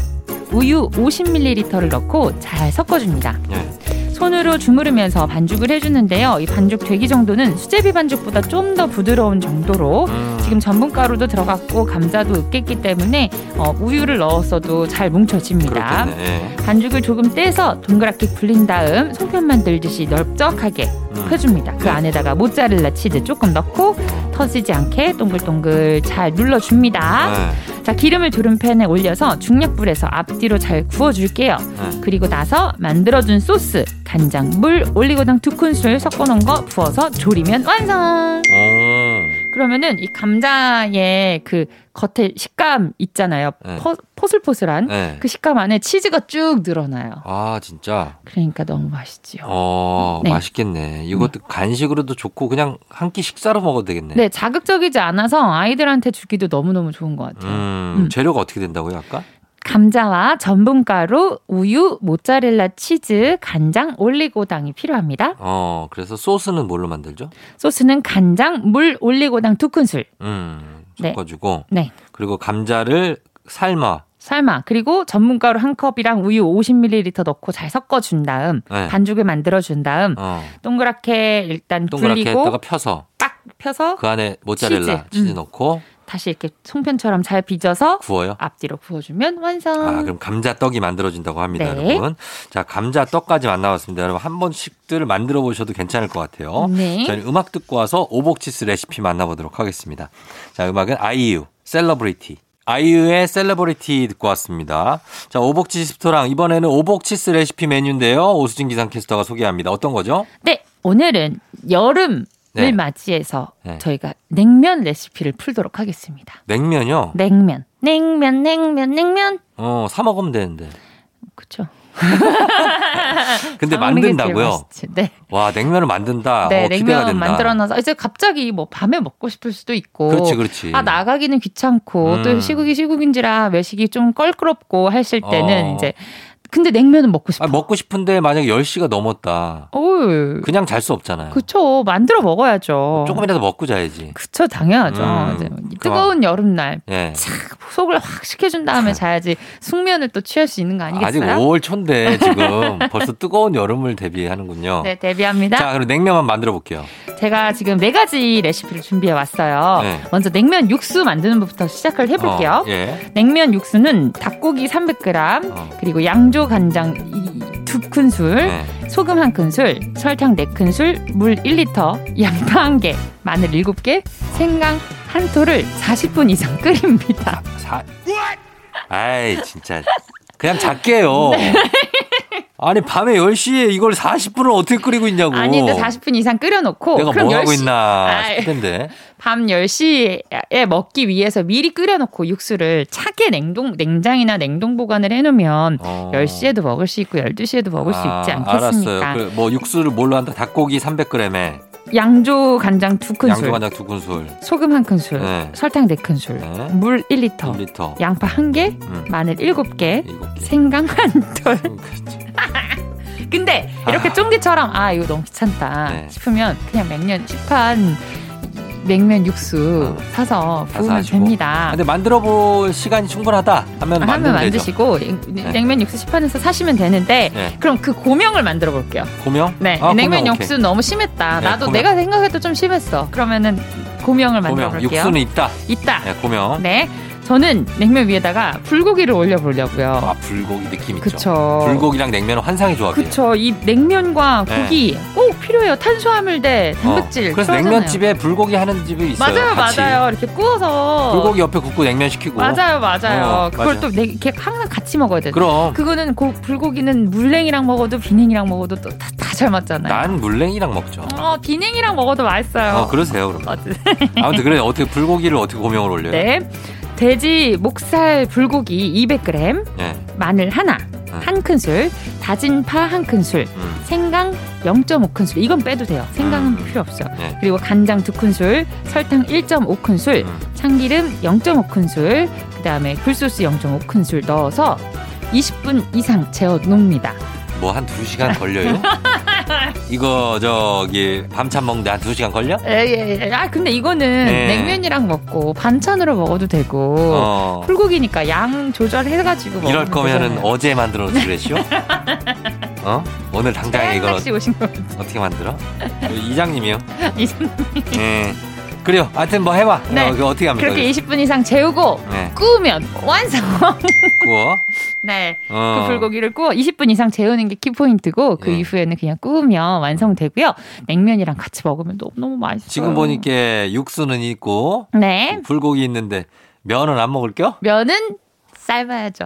E: 우유 50ml를 넣고 잘 섞어줍니다.
A: 예.
E: 손으로 주무르면서 반죽을 해주는데요. 이 반죽 되기 정도는 수제비 반죽보다 좀 더 부드러운 정도로
A: 음.
E: 지금 전분가루도 들어갔고 감자도 으깼기 때문에 어, 우유를 넣었어도 잘 뭉쳐집니다.
A: 그렇겠네. 예.
E: 반죽을 조금 떼서 동그랗게 굴린 다음 송편 만들듯이 넓적하게
A: 음.
E: 펴줍니다. 그
A: 네.
E: 안에다가 모짜렐라 치즈 조금 넣고 터지지 않게 동글동글 잘 눌러줍니다.
A: 예.
E: 자 기름을 두른 팬에 올려서 중약불에서 앞뒤로 잘 구워줄게요.
A: 네.
E: 그리고 나서 만들어준 소스, 간장, 물, 올리고당 두 큰술 섞어놓은 거 부어서 졸이면 완성.
A: 예. 오.
E: 그러면은 이 감자의 그 겉에 식감 있잖아요.
A: 네.
E: 퍼- 포슬포슬한
A: 예.
E: 그 식감 안에 치즈가 쭉 늘어나요.
A: 아 진짜.
E: 그러니까 너무 맛있지요.
A: 어
E: 네. 음.
A: 맛있겠네. 이것도 간식으로도 좋고 그냥 한 끼 식사로 먹어도 되겠네.
E: 네, 자극적이지 않아서 아이들한테 주기도 너무너무 좋은 것 같아요.
A: 음,
E: 음.
A: 재료가 어떻게 된다고요 아까?
E: 감자와 전분가루, 우유, 모짜렐라 치즈, 간장, 올리고당이 필요합니다.
A: 어 그래서 소스는 뭘로 만들죠?
E: 소스는 간장, 물, 올리고당 두 큰술.
A: 음
E: 네.
A: 섞어주고
E: 네.
A: 그리고 감자를 삶아.
E: 삶아 그리고 전분가루 한 컵이랑 우유 50ml 넣고 잘 섞어준 다음
A: 네.
E: 반죽을 만들어준 다음
A: 어
E: 동그랗게 일단
A: 동그랗게
E: 굴리고
A: 했다가 펴서
E: 빡 펴서
A: 그 안에 모짜렐라
E: 치즈.
A: 치즈,
E: 음.
A: 넣고
E: 다시 이렇게 송편처럼 잘 빚어서
A: 구워요.
E: 앞뒤로 구워주면 완성.
A: 아, 그럼 감자떡이 만들어진다고 합니다,
E: 네.
A: 여러분. 자, 감자떡까지 만나봤습니다. 여러분, 한 번씩들 만들어 보셔도 괜찮을 것 같아요.
E: 네.
A: 어? 저희 는 음악 듣고 와서 오복치스 레시피 만나보도록 하겠습니다. 자, 음악은 아이유, 셀러브리티. 아이유의 셀러브리티 듣고 왔습니다. 자, 오복치 스토랑 이번에는 오복치스 레시피 메뉴인데요. 오수진 기상캐스터가 소개합니다. 어떤 거죠?
E: 네 오늘은 여름을
A: 네.
E: 맞이해서
A: 네.
E: 저희가 냉면 레시피를 풀도록 하겠습니다.
A: 냉면요.
E: 냉면, 냉면, 냉면, 냉면.
A: 어, 사 먹으면 되는데.
E: 그렇죠. 아,
A: 근데 만든다고요?
E: 네,
A: 와, 냉면을 만든다.
E: 네
A: 어, 기대가
E: 냉면
A: 된다.
E: 만들어놔서 이제 갑자기 뭐 밤에 먹고 싶을 수도 있고.
A: 그렇지, 그렇지.
E: 아 나가기는 귀찮고
A: 음.
E: 또 시국이 시국인지라 외식이 좀 껄끄럽고 하실 때는
A: 어.
E: 이제 근데 냉면은 먹고 싶어.
A: 아, 먹고 싶은데 만약에 10시가 넘었다.
E: 어우,
A: 그냥 잘 수 없잖아요.
E: 그쵸 만들어 먹어야죠.
A: 뭐 조금이라도 먹고 자야지.
E: 그쵸 당연하죠.
A: 음,
E: 이제 뭐
A: 그럼.
E: 이 뜨거운 여름날
A: 예.
E: 속을 확 식혀준 다음에 자야지 숙면을 또 취할 수 있는 거
A: 아직
E: 아니겠어요?
A: 5월 초인데 지금 *laughs* 벌써 뜨거운 여름을 대비하는군요.
E: 네 데뷔합니다.
A: 자, 그럼 냉면만 만들어 볼게요.
E: 제가 지금 네 가지 레시피를 준비해 왔어요.
A: 네.
E: 먼저 냉면 육수 만드는 것부터 시작을 해볼게요.
A: 어, 예.
E: 냉면 육수는 닭고기 300g
A: 어.
E: 그리고 양조 간장 이- 두 큰술,
A: 네.
E: 소금 한 큰술, 설탕 네 큰술, 물 1리터, 양파 한 개, 마늘 일곱 개, 생강 한 토를 40분 이상 끓입니다.
A: 사... 아이, 진짜. 그냥 작게
E: *laughs*
A: 해요.
E: 네.
A: 아니, 밤에 10시에 이걸 40분을 어떻게 끓이고 있냐고.
E: 아니 근데 40분 이상 끓여놓고
A: 내가
E: 그럼
A: 뭐 하고
E: 10시
A: 있나
E: 아이.
A: 싶을 텐데.
E: 밤 10시에 먹기 위해서 미리 끓여놓고 육수를 차게 냉동 냉장이나 냉동 보관을 해놓으면
A: 어.
E: 10시에도 먹을 수 있고 12시에도 먹을 수 있지
A: 아,
E: 않겠습니까?
A: 알았어요. 그, 뭐 육수를 뭘로 한다? 닭고기 300g에
E: 양조 간장 두 큰술,
A: 양조간장 두 큰술.
E: 소금 한 큰술,
A: 네.
E: 설탕 네 큰술,
A: 네.
E: 물 1리터,
A: 1리터.
E: 양파 한 개,
A: 음.
E: 마늘 일곱 개,
A: 일곱 개.
E: 생강 한 톨. *laughs*
A: 음, 그렇지.
E: 근데 이렇게
A: 아.
E: 쫑기처럼 아 이거 너무 귀찮다
A: 네. 싶으면
E: 싶으면 그냥 냉면 시판 냉면 육수
A: 아.
E: 사서 부으면
A: 사시고.
E: 됩니다.
A: 근데 만들어 볼 시간이 충분하다 하면
E: 아. 하면
A: 만들면 되죠.
E: 만드시고 냉면 육수 시판에서 사시면 되는데
A: 네.
E: 그럼 그 고명을 만들어 볼게요.
A: 고명?
E: 네,
A: 아,
E: 냉면
A: 고명,
E: 육수 는 너무 심했다.
A: 네,
E: 나도
A: 고명.
E: 내가 생각해도 좀 심했어. 그러면은 고명을
A: 오케이.
E: 만들어
A: 고명.
E: 볼게요.
A: 육수는 있다.
E: 있다.
A: 네, 고명.
E: 네, 저는 냉면 위에다가 불고기를 올려보려고요.
A: 아, 불고기 느낌 있죠.
E: 그쵸.
A: 불고기랑 냉면은 환상의 조합이에요.
E: 그쵸. 이 냉면과
A: 네.
E: 고기 꼭 필요해요. 탄수화물 대
A: 어,
E: 단백질.
A: 그래서
E: 필요하잖아요.
A: 냉면집에 불고기 하는 집이 있어요.
E: 맞아요,
A: 같이.
E: 맞아요. 이렇게 구워서
A: 불고기 옆에 굽고 냉면 시키고.
E: 맞아요, 맞아요.
A: 어,
E: 그걸
A: 맞아요.
E: 또 내- 이렇게 항상 같이 먹어야 돼.
A: 그럼
E: 그거는 고- 불고기는 물냉이랑 먹어도 비냉이랑 먹어도 또다잘 맞잖아요.
A: 난 물냉이랑 먹죠.
E: 어, 비냉이랑 먹어도 맛있어요.
A: 어, 그러세요, 그럼.
E: 맞아요.
A: 아무튼 그래 어떻게 불고기를 어떻게 고명을 올려요?
E: 네. 돼지 목살 불고기 200g,
A: 예.
E: 마늘 하나,
A: 음.
E: 한 큰술, 다진 파 한 큰술,
A: 음.
E: 생강 0.5큰술. 이건 빼도 돼요. 생강은
A: 음.
E: 필요 없어요.
A: 네.
E: 그리고 간장 2큰술, 설탕 1.5큰술,
A: 음.
E: 참기름 0.5큰술, 그다음에 굴소스 0.5큰술
A: 뭐
E: 넣어서 20분 이상 재워 놓습니다. *laughs*
A: 뭐한 2시간 걸려요? 이거 저기 밤참 먹는데 한 두 시간 걸려?
E: 예, 예. 아, 근데 이거는
A: 네.
E: 냉면이랑 먹고 반찬으로 먹어도 되고
A: 어.
E: 풀고기니까 양 조절해가지고 먹으면
A: 이럴 거면은
E: 되잖아요.
A: 어제 만들어 놓지
E: *laughs*
A: 그랬쇼? 어? 오늘 당장
E: 태양
A: 이걸 어,
E: 낚시 오신
A: *laughs*
E: 거 같아요.
A: 어떻게 만들어? 그
E: *laughs*
A: 이장님이요?
E: 이상-
A: 예. 그래요. 하여튼 뭐 해봐.
E: 네.
A: 어, 그거 어떻게 합니까?
E: 그렇게 20분 이상 재우고
A: 네.
E: 구우면
A: *laughs*
E: 완성.
A: 구워.
E: 네.
A: 어.
E: 그 불고기를 구워 20분 이상 재우는 게 키포인트고 그
A: 예.
E: 이후에는 그냥 구우면 완성되고요. 냉면이랑 같이 먹으면 너무 너무 맛있어요.
A: 지금 보니까 육수는 있고
E: 네
A: 불고기 있는데 면은 안 먹을 겨?
E: 면은 삶아야죠.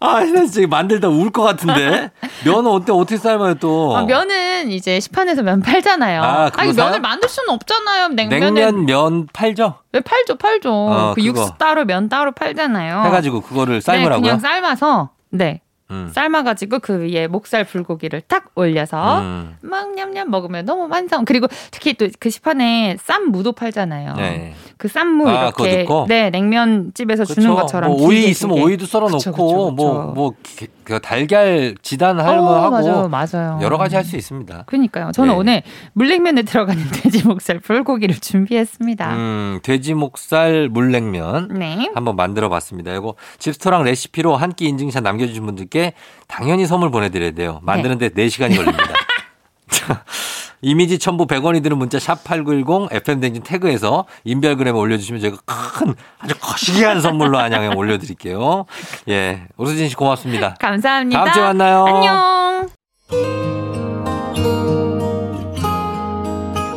A: 아, 나 지금 만들다 울 것 같은데.
E: *laughs*
A: 면은 어때 어떻게 삶아요 또?
E: 아, 면은 이제 시판에서 면 팔잖아요.
A: 아, 그거
E: 니
A: 사요?
E: 면을 만들 수는 없잖아요. 냉면은
A: 냉면 면 팔죠?
E: 왜 팔죠, 팔죠.
A: 어,
E: 그
A: 그거.
E: 육수 따로 면 따로 팔잖아요.
A: 해가지고 그거를
E: 어. 네,
A: 삶으라고요?
E: 그냥 삶아서 네
A: 음.
E: 삶아가지고 그 위에 목살 불고기를 탁 올려서
A: 음.
E: 막 냠냠 먹으면 너무 완성. 그리고 특히 또 그 시판에 쌈 무도 팔잖아요.
A: 네.
E: 그 쌈 무
A: 아, 그거
E: 이렇게
A: 넣고?
E: 네 냉면 집에서 주는
A: 그쵸.
E: 것처럼
A: 뭐 오이
E: 길게,
A: 있으면
E: 길게.
A: 오이도 썰어
E: 그쵸, 그쵸,
A: 놓고
E: 그쵸.
A: 뭐뭐 달걀 지단
E: 어,
A: 할머하고
E: 맞아요, 음. 맞아요.
A: 여러 가지 할 수 있습니다.
E: 그러니까요. 저는
A: 네.
E: 오늘 물냉면에 들어가는 *laughs* 돼지 목살 불고기를 준비했습니다.
A: 음, 돼지 목살 물냉면
E: 네.
A: 한번 만들어 봤습니다. 이거 집스토랑 레시피로 한 끼 인증샷 남겨주신 분들께 당연히 선물 보내드려야 돼요. 만드는데 4시간이 걸립니다. *laughs* 자, 이미지 첨부 100원이 드는 문자 샵 8910 FM댕진 태그에서 인별그램에 올려주시면 저희가 큰 아주 거시기한 선물로 안양에 올려드릴게요. 예. 오수진 씨 고맙습니다.
E: 감사합니다.
A: 다음 주에 만나요.
E: 안녕.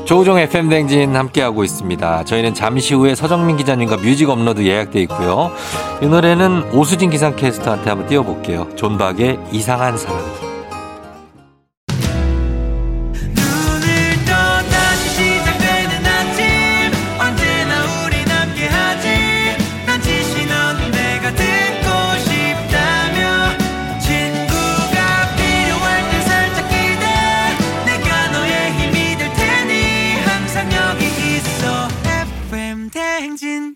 A: 조우종 FM 댕진 함께하고 있습니다. 저희는 잠시 후에 서정민 기자님과 뮤직 업로드 예약돼 있고요. 이 노래는 오수진 기상캐스터한테 한번 띄워볼게요. 존박의 이상한 사람.
F: 눈을 떠 다시 시작되는 아침 언제나 우리 함께하지 난 지시 넌 내가 듣고 싶다며 친구가 필요할 때 살짝 기대 내가 너의 힘이 될 테니 항상 여기 있어 FM 대행진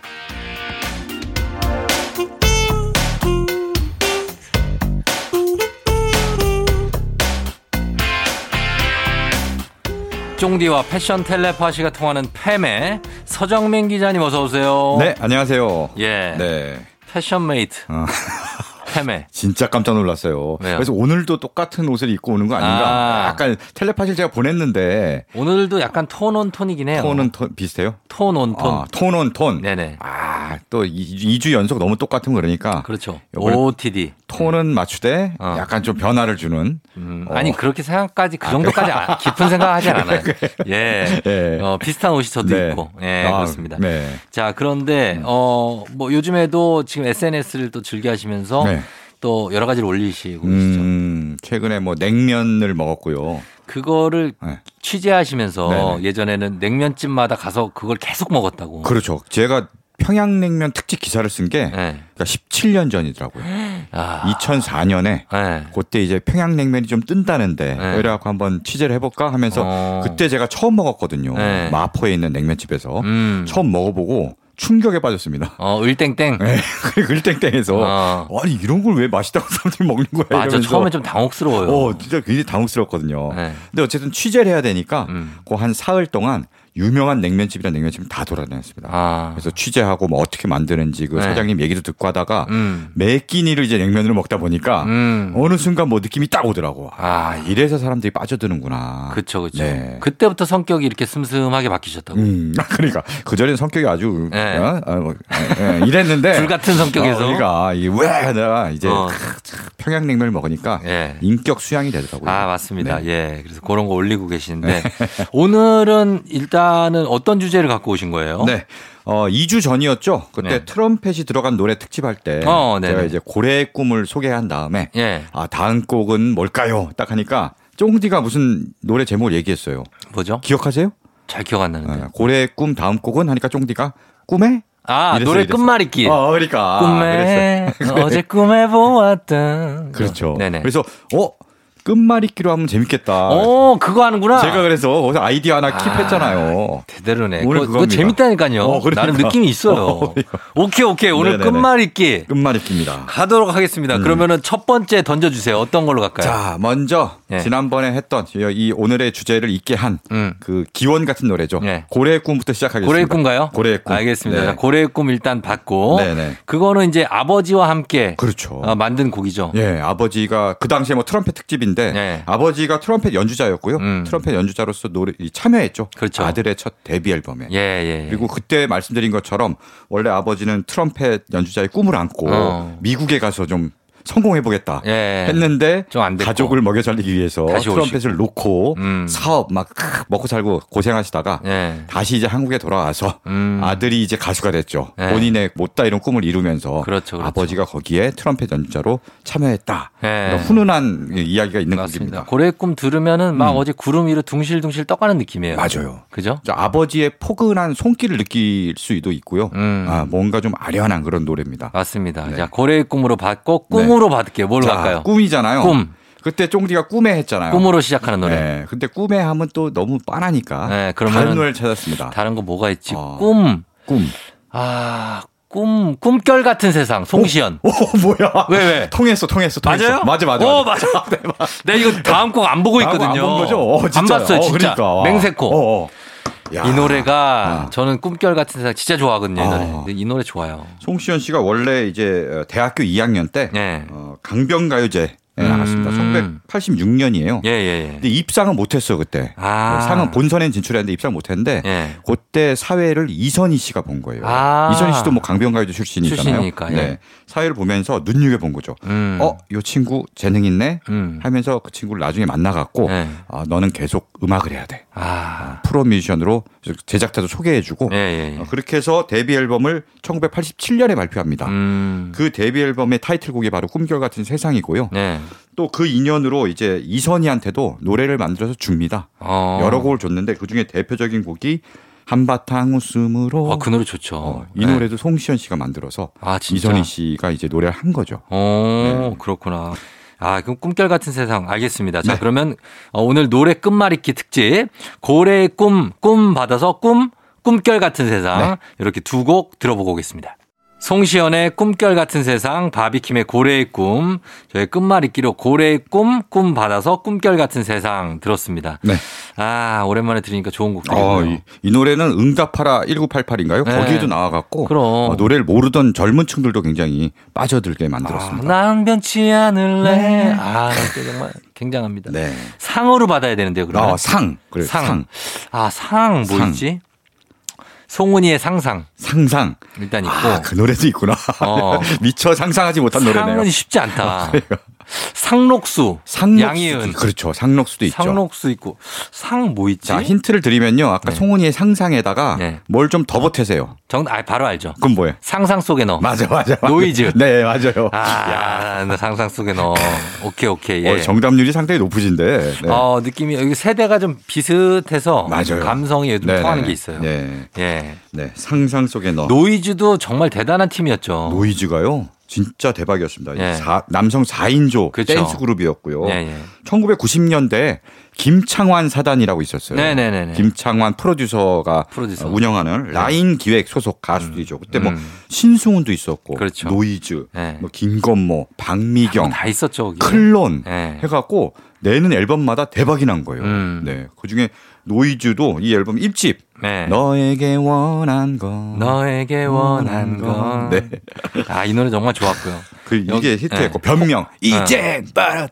A: 쫑디와 패션 텔레파시가 통하는 팸의 서정민 기자님 어서 오세요.
G: 네, 안녕하세요.
A: 예.
G: 네.
A: 패션 메이트.
G: 어.
A: 팸의.
G: 진짜 깜짝 놀랐어요.
A: 왜요?
G: 그래서 오늘도 똑같은 옷을 입고 오는 거 아닌가?
A: 아.
G: 약간 텔레파시를 제가 보냈는데
A: 오늘도 약간 톤 온 톤이긴 해요.
G: 톤은 톤 비슷해요?
A: 톤 온 톤.
G: 아, 톤온 톤.
A: 네네.
G: 아, 또 2주 연속 너무 똑같은 거 그러니까
A: 그렇죠.
G: 요번에-
A: OOTD.
G: 톤은 맞추되
A: 어.
G: 약간 좀 변화를 주는
A: 음,
G: 어. 네,
A: 아니 그렇게 생각까지 그 정도까지 아, 깊은
G: *laughs*
A: 생각하진 않아요. 예.
G: 예.
A: 어, 비슷한 옷이 저도
G: 네.
A: 있고. 예,
G: 아,
A: 그렇습니다.
G: 네. 음.
A: 자, 그런데 어, 뭐 요즘에도 지금 SNS를 또 즐겨 하시면서
G: 네.
A: 또 여러 가지를 올리시고 계시죠.
G: 음, 최근에 뭐 냉면을 먹었고요.
A: 그거를
G: 네.
A: 취재하시면서
G: 네네.
A: 예전에는 냉면집마다 가서 그걸 계속 먹었다고.
G: 그렇죠. 제가 평양냉면 특집 기사를 쓴 게
A: 예.
G: 그러니까 17년 전이더라고요.
A: 아.
G: 2004년에
A: 예.
G: 그때 이제 평양냉면이 좀 뜬다는데
A: 네.
G: 그래갖고 한번 취재를 해볼까 하면서
A: 어.
G: 그때 제가 처음 먹었거든요.
A: 네.
G: 마포에 있는 냉면집에서
A: 음.
G: 처음 먹어보고 충격에 빠졌습니다.
A: 어, 을땡땡.
G: 네. *laughs* 그리고 일땡땡에서
A: 어.
G: 아니 이런 걸 왜 맛있다고 사람들이 먹는 거야
A: 맞아.
G: 이러면서
A: 처음에 좀 당혹스러워요.
G: 어 진짜 굉장히 당혹스럽거든요.
A: 네.
G: 근데 어쨌든 취재를 해야 되니까
A: 음.
G: 그 한 사흘 동안 유명한 냉면집이랑 냉면집 다 돌아다녔습니다.
A: 아.
G: 그래서 취재하고 뭐 어떻게 만드는지 그
A: 네.
G: 사장님 얘기도 듣고 하다가
A: 음.
G: 매 끼니를 이제 냉면으로 먹다 보니까
A: 음.
G: 어느 순간 뭐 느낌이 딱 오더라고. 아, 이래서 사람들이 빠져드는구나.
A: 그쵸, 그쵸.
G: 네.
A: 그때부터 성격이 이렇게 슴슴하게 바뀌셨다고.
G: 음, *laughs* 그러니까 그전엔 성격이 아주
A: 네.
G: 어? 아, 뭐, 예, 이랬는데
A: *laughs* 불 같은 성격에서.
G: 어, 우리가 이게 왜 내가 이제
A: 어.
G: 크, 참 평양냉면을 먹으니까
A: 예.
G: 인격 수양이 되더라고요.
A: 아, 맞습니다.
G: 네.
A: 예. 그래서 그런 거 올리고 계시는데 *laughs* 오늘은 일단은 어떤 주제를 갖고 오신 거예요?
G: 네. 어, 2주 전이었죠. 그때
A: 네.
G: 트럼펫이 들어간 노래 특집할 때
A: 어, 네네.
G: 제가 이제 고래의 꿈을 소개한 다음에
A: 예.
G: 아, 다음 곡은 뭘까요? 딱 하니까 쫑디가 무슨 노래 제목을 얘기했어요.
A: 뭐죠?
G: 기억하세요? 어.
A: 잘 기억 안 나는데.
G: 예, 고래의 꿈 다음 곡은 하니까 쫑디가 꿈의
A: 아,
G: 이랬어,
A: 노래
G: 이랬어.
A: 끝말잇기.
G: 어, 그러니까. 그랬어요.
A: 꿈에 *laughs* 어제 꿈에 보았던
G: 그렇죠.
A: 네네.
G: 그래서 어 끝말잇기로 하면 재밌겠다.
A: 오 어, 그거 하는구나.
G: 아, 제가 그래서 거기서 아이디어 하나 킵했잖아요.
A: 아! 대대로네. 그거,
G: 오늘
A: 그거
G: 그겁니다.
A: 재밌다니까요.
G: 어, 그러니까.
A: 나는 느낌이 있어요.
G: 어, 이거.
A: 오케이 오케이 오늘
G: 네네네. 음.
A: 끝말잇기
G: 끝말잇기입니다.
A: 가도록 하겠습니다. 그러면은 첫 번째 던져주세요. 어떤 걸로 갈까요?
G: 자, 먼저
A: 예.
G: 지난번에 했던 이 오늘의 주제를 있게 한
A: 음.
G: 그 기원 같은 노래죠.
A: 예.
G: 고래의 꿈부터 시작하겠습니다.
A: 고래의 꿈가요? 아,
G: 고래의 꿈.
A: 알겠습니다.
G: 네.
A: 자, 고래의 꿈 일단 받고
G: 네네.
A: 그거는 이제 아버지와 함께
G: 그렇죠.
A: 어, 만든 곡이죠.
G: 예, 아버지가 그 당시에 뭐 트럼펫 특집인데
A: 예.
G: 아버지가 트럼펫 연주자였고요.
A: 음.
G: 트럼펫 연주자로서 노래 이 참여했죠.
A: 그렇죠.
G: 아들의 첫 데뷔 앨범에.
A: 예, 예. 예.
G: 그리고 그때 말씀드린 것처럼 원래 아버지는 트럼펫 연주자의 꿈을 안고
A: 어.
G: 미국에 가서 좀 성공해보겠다
A: 예.
G: 했는데
A: 좀안 됐고.
G: 가족을 먹여 살리기 위해서
A: 다시 오시고.
G: 트럼펫을 놓고
A: 음.
G: 사업 막 크, 먹고 살고 고생하시다가
A: 예.
G: 다시 이제 한국에 돌아와서
A: 음.
G: 아들이 이제 가수가 됐죠.
A: 예.
G: 본인의 못다 이런 꿈을 이루면서
A: 그렇죠, 그렇죠.
G: 아버지가 거기에 트럼펫 연주자로 참여했다.
A: 예.
G: 이런 훈훈한 이- 이야기가 있는
A: 맞습니다.
G: 곡입니다. 음.
A: 고래의 꿈 들으면은 막 어제 구름 위로 둥실둥실 떠가는 느낌이에요.
G: 맞아요.
A: 그죠?
G: 저 아버지의 포근한 손길을 느낄 수도 있고요.
A: 음.
G: 아, 뭔가 좀 아련한 그런 노래입니다.
A: 맞습니다.
G: 네.
A: 자, 고래의 꿈으로 받고 꿈으로 받을게요. 뭘로
G: 자,
A: 갈까요?
G: 꿈이잖아요.
A: 꿈.
G: 그때 쫑디가 꿈에 했잖아요.
A: 꿈으로 시작하는 노래.
G: 네. 근데 꿈에 하면 또 너무 빤하니까
A: 네, 그러면은-
G: 다른 노래를 찾았습니다.
A: 다른 거 뭐가 있지?
G: 어.
A: 꿈. *laughs*
G: 꿈.
A: 아, 꿈. 꿈결 같은 세상. 송시연.
G: 오 뭐야?
A: 왜, 왜?
G: 통했어 통했어 통했어.
A: 맞아요?
G: 맞아 맞아.
A: 오,
G: 맞아. 네, 맞아.
A: 내가 이거 다음 곡 안 보고 있거든요.
G: 아, 안본 거죠? 어,
A: 안
G: 진짜요?
A: 봤어요,
G: 어,
A: 진짜.
G: 그러니까.
A: 맹세코.
G: 어, 어. 야.
A: 이 노래가
G: 아.
A: 저는 꿈결 같은 세상 진짜 좋아하거든요. 이 노래.
G: 아.
A: 근데 이 노래 좋아요.
G: 송시현 씨가 원래 이제 대학교 2학년 때
A: 예.
G: 어, 강변가요제 에 나갔습니다.
A: 음.
G: 1986년이에요.
A: 예, 예,
G: 근데 입상은 못했어 그때.
A: 아.
G: 네, 상은 본선엔 진출했는데 입상 못했는데
A: 예. 예.
G: 그때 사회를 이선희 씨가 본 거예요.
A: 아.
G: 이선희 씨도 뭐 강변가요제 출신이잖아요.
A: 출신이니까, 예.
G: 네. 사회를 보면서 눈여겨 본 거죠.
A: 음.
G: 어, 요 친구 재능 있네
A: 음.
G: 하면서 그 친구를 나중에 만나갖고
A: 예.
G: 아, 너는 계속 음악을 해야 돼.
A: 아.
G: 프로 뮤지션으로 제작자도 소개해주고
A: 예, 예. 예.
G: 어, 그렇게 해서 데뷔 앨범을 1987년에 발표합니다.
A: 음.
G: 그 데뷔 앨범의 타이틀곡이 바로 꿈결 같은 세상이고요.
A: 네.
G: 또 그 인연으로 이제 이선희한테도 노래를 만들어서 줍니다.
A: 어.
G: 여러 곡을 줬는데 그 중에 대표적인 곡이 한바탕 웃음으로
A: 아, 그 노래 좋죠.
G: 어, 이
A: 네.
G: 노래도 송시현 씨가 만들어서
A: 아, 진짜.
G: 이선희 씨가 이제 노래를 한 거죠.
A: 어,
G: 네.
A: 그렇구나. 아, 그럼 꿈결 같은 세상 알겠습니다.
G: 네.
A: 자, 그러면 어, 오늘 노래 끝말잇기 특집 고래의 꿈, 꿈 받아서 꿈, 꿈결 같은 세상
G: 네.
A: 이렇게 두 곡 들어보고 오겠습니다. 송시연의 꿈결 같은 세상, 바비킴의 고래의 꿈, 저희 끝말잇기로 고래의 꿈, 꿈 받아서 꿈결 같은 세상 들었습니다.
G: 네.
A: 아, 오랜만에 들으니까 좋은 아, 곡들이네요
G: 어, 이, 이 노래는 응답하라 1988인가요?
A: 네.
G: 거기에도 나와갖고
A: 그럼.
G: 어, 노래를 모르던 젊은 층들도 굉장히 빠져들게 만들었습니다.
A: 아, 난 변치 않을래. 아, 이거 정말 굉장합니다.
G: 네.
A: 상으로 받아야 되는데요, 그러면.
G: 아, 상.
A: 아, 네.
G: 그래,
A: 상.
G: 상.
A: 아, 상 뭐였지? 송은이의 상상
G: 상상.
A: 일단 있고.
G: 아, 그 노래도 있구나.
A: 어.
G: *laughs* 미처 상상하지 못한
A: 상은
G: 노래네요. 아,
A: 쉽지 않다. 상록수,
G: 상록수도
A: 양희은,
G: 있- 그렇죠. 상록수도 있죠.
A: 상록수 있고 상 뭐 있지?
G: 자, 힌트를 드리면요. 아까
A: 네.
G: 송은이의 상상에다가
A: 네.
G: 뭘 좀 더 보태세요.
A: 정, 아 바로 알죠.
G: 그럼 뭐예요?
A: 상상 속에 넣어.
G: 맞아, *laughs* 맞아. 맞아.
A: 노이즈.
G: 네, 맞아요.
A: 아, 나 상상 속에 넣어. 오케이, 오케이. 예.
G: 어, 정답률이 상당히 높으신데. 네.
A: 어, 느낌이 여기 세대가 좀 비슷해서
G: 맞아요.
A: 감성이 좀
G: 네,
A: 통하는
G: 네,
A: 게 있어요.
G: 네.
A: 예.
G: 네. 상상 속에 넣어.
A: 노이즈도 정말 대단한 팀이었죠.
G: 노이즈가요. 진짜 대박이었습니다.
A: 예.
G: 사- 남성 4인조
A: 그쵸.
G: 댄스 그룹이었고요.
A: 예, 예.
G: 1990년대 김창환 사단이라고 있었어요.
A: 네네네네.
G: 김창환 프로듀서가
A: 프로듀서. 네.
G: 운영하는 라인 기획 소속 가수들이죠. 그때 뭐
A: 음.
G: 신승훈도 있었고,
A: 그렇죠.
G: 노이즈,
A: 네. 뭐
G: 뭐 김건모, 박미경,
A: 아, 다 있었죠, 거기.
G: 클론
A: 네.
G: 해갖고 내는 앨범마다 대박이 난 거예요.
A: 음.
G: 네, 그 중에 노이즈도 이 앨범 1집
A: 네.
G: 너에게 원한 건
A: 너에게 원한 건.
G: 네.
A: 아, 이 노래 정말 좋았고요.
G: 그 이게
A: 여기- 예.
G: 히트했고 변명 이제 바로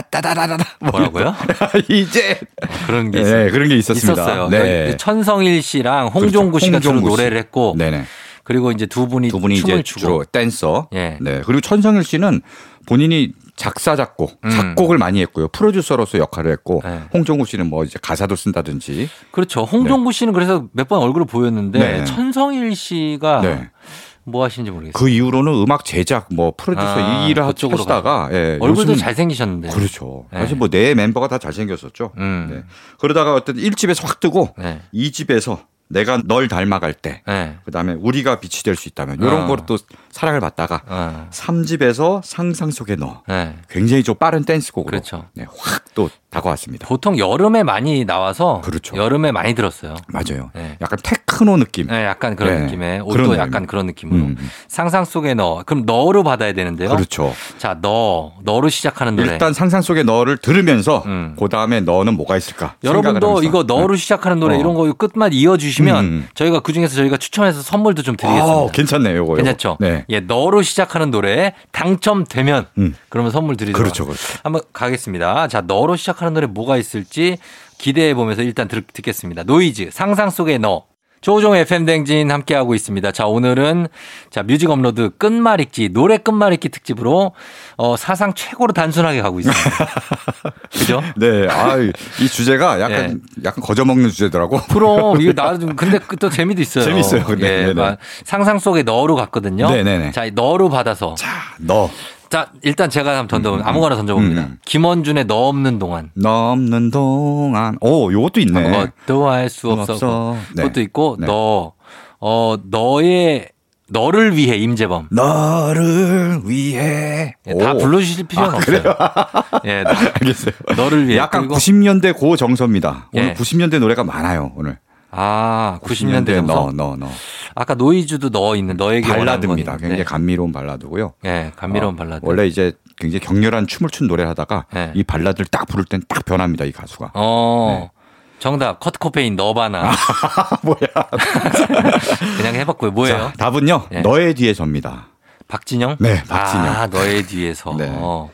G: 따따따따다다다
A: 뭐라고요?
G: *laughs* 이제
A: 그런 게 있어요.
G: 네, 그런 게 있었습니다.
A: 있었어요. 그러니까 그
G: 네.
A: 천성일 씨랑 홍종구
G: 그렇죠.
A: 씨가 주로
G: 홍종구 씨.
A: 노래를 했고
G: 네네.
A: 그리고 이제 두 분이,
G: 두 분이
A: 춤을
G: 이제
A: 추고
G: 주로 댄서.
A: 예.
G: 네. 그리고 천성일 씨는 본인이 작사 작곡,
A: 음.
G: 작곡을 많이 했고요. 프로듀서로서 역할을 했고
A: 네.
G: 홍종구 씨는 뭐 이제 가사도 쓴다든지.
A: 그렇죠. 홍종구 씨는 그래서 몇 번 얼굴을 보였는데
G: 네.
A: 천성일 씨가
G: 네.
A: 뭐 하시는지 모르겠어요.
G: 그 이후로는 음악 제작, 뭐 프로듀서
A: 아,
G: 이 일을
A: 그쪽으로
G: 하시다가 예,
A: 얼굴도
G: 요즘은-
A: 잘생기셨는데.
G: 그렇죠.
A: 네.
G: 사실 뭐 네 멤버가 다 잘생겼었죠.
A: 음.
G: 네. 그러다가 어떤 1집에서 확 뜨고
A: 네.
G: 이집에서 내가 널 닮아갈 때,
H: 네.
G: 그다음에 우리가 빛이 될 수 있다면 이런
A: 아.
H: 어.
G: 거로 또 사랑을 받다가
H: 어.
G: 삼집에서 상상 속에 넣어
H: 네.
G: 굉장히 좀 빠른 댄스곡으로
H: 그렇죠.
G: 네, 확 또 다가왔습니다.
A: 보통 여름에 많이 나와서
G: 그렇죠.
A: 여름에 많이 들었어요.
G: 맞아요.
H: 네.
G: 약간 테크노 느낌.
A: 네, 약간 그런
G: 네,
A: 느낌의 옷도
G: 그러네요.
A: 약간 그런 느낌으로
G: 음,
A: 상상 속에 너 그럼 너로 받아야 되는데요.
G: 그렇죠.
A: 자, 너 너로 시작하는 노래.
G: 일단 상상 속에 너를 들으면서
A: 네. 음.
G: 그 다음에 너는 뭐가 있을까?
A: 여러분도
G: 생각을 하면서.
A: 이거 너로 시작하는 노래
G: 어.
A: 이런 거 끝만 이어주시면
G: 음.
A: 저희가 그 중에서 저희가 추첨해서 선물도 좀 드리겠습니다.
G: 아, 괜찮네요. 요거, 요거.
A: 괜찮죠?
G: 네.
A: 예, 너로 시작하는 노래 당첨되면
G: 음.
A: 그러면 선물 드리도록
G: 그렇죠,
A: 하겠습니다.
G: 그렇죠.
A: 한번 가겠습니다. 자, 너로 시작하는 노래 뭐가 있을지 기대해 보면서 일단 들, 듣겠습니다. 노이즈 상상 속의 너. 조종 FM 댕진 함께하고 있습니다. 자, 오늘은 자, 뮤직 업로드 끝말잇기, 노래 끝말잇기 특집으로 어, 사상 최고로 단순하게 가고
G: *laughs*
A: 있습니다. 그죠?
G: 네, 아, 이- 이 주제가 약간
A: 예.
G: 약간 거저먹는 주제더라고. *laughs*
A: 그럼 이거 나 좀- 근데 그또 재미도 있어요.
G: 재밌어요. 근데.
A: 예,
G: 네네.
A: 막 상상 속의 너로 갔거든요.
G: 네네네.
A: 자, 너로 받아서
G: 자, 너
A: 자, 일단 제가 한번 던져 아무거나 던져봅니다.
G: 음.
A: 김원준의 너 없는 동안.
G: 넘는 동안, 오, 요것도 있네.
A: 그것도 어, 할 수 없어.
G: 없어. 네.
A: 그것도 있고,
G: 네.
A: 너, 어, 너의, 너를 위해 임재범.
G: 너를 위해.
A: 예, 다
G: 오,
A: 불러주실 필요는 없어요. *laughs* 예, 너,
G: *laughs* 알겠어요.
A: 너를 위해.
G: 약간
A: 예, 그리고-
G: 90년대 고 정서입니다. 오늘
A: 예.
G: 90년대 노래가 많아요. 오늘 네,
A: 아, 90년대
G: 너,
A: 감성.
G: 너, 너.
A: 아까 노이즈도 너 있는 너에게 원한
G: 발라드입니다.
A: 건.
G: 굉장히
A: 네.
G: 감미로운 발라드고요.
A: 예, 감미로운
G: 어,
A: 발라드.
G: 원래 이제 굉장히 격렬한 춤을 춘 노래를 하다가
A: 네.
G: 이 발라드를 딱 부를 땐 딱 변합니다. 이 가수가. *laughs*
A: 어.
G: 네.
A: 정답 커트 코페인 너바나
G: 아.
A: 뭐야 그냥 해봤고요 뭐예요
G: 자, 답은요.
A: 예.
G: 너의 뒤에 접니다.
A: 박진영?
G: 네, 박진영.
A: 아, 너의 뒤에서.
G: 네.
A: 어,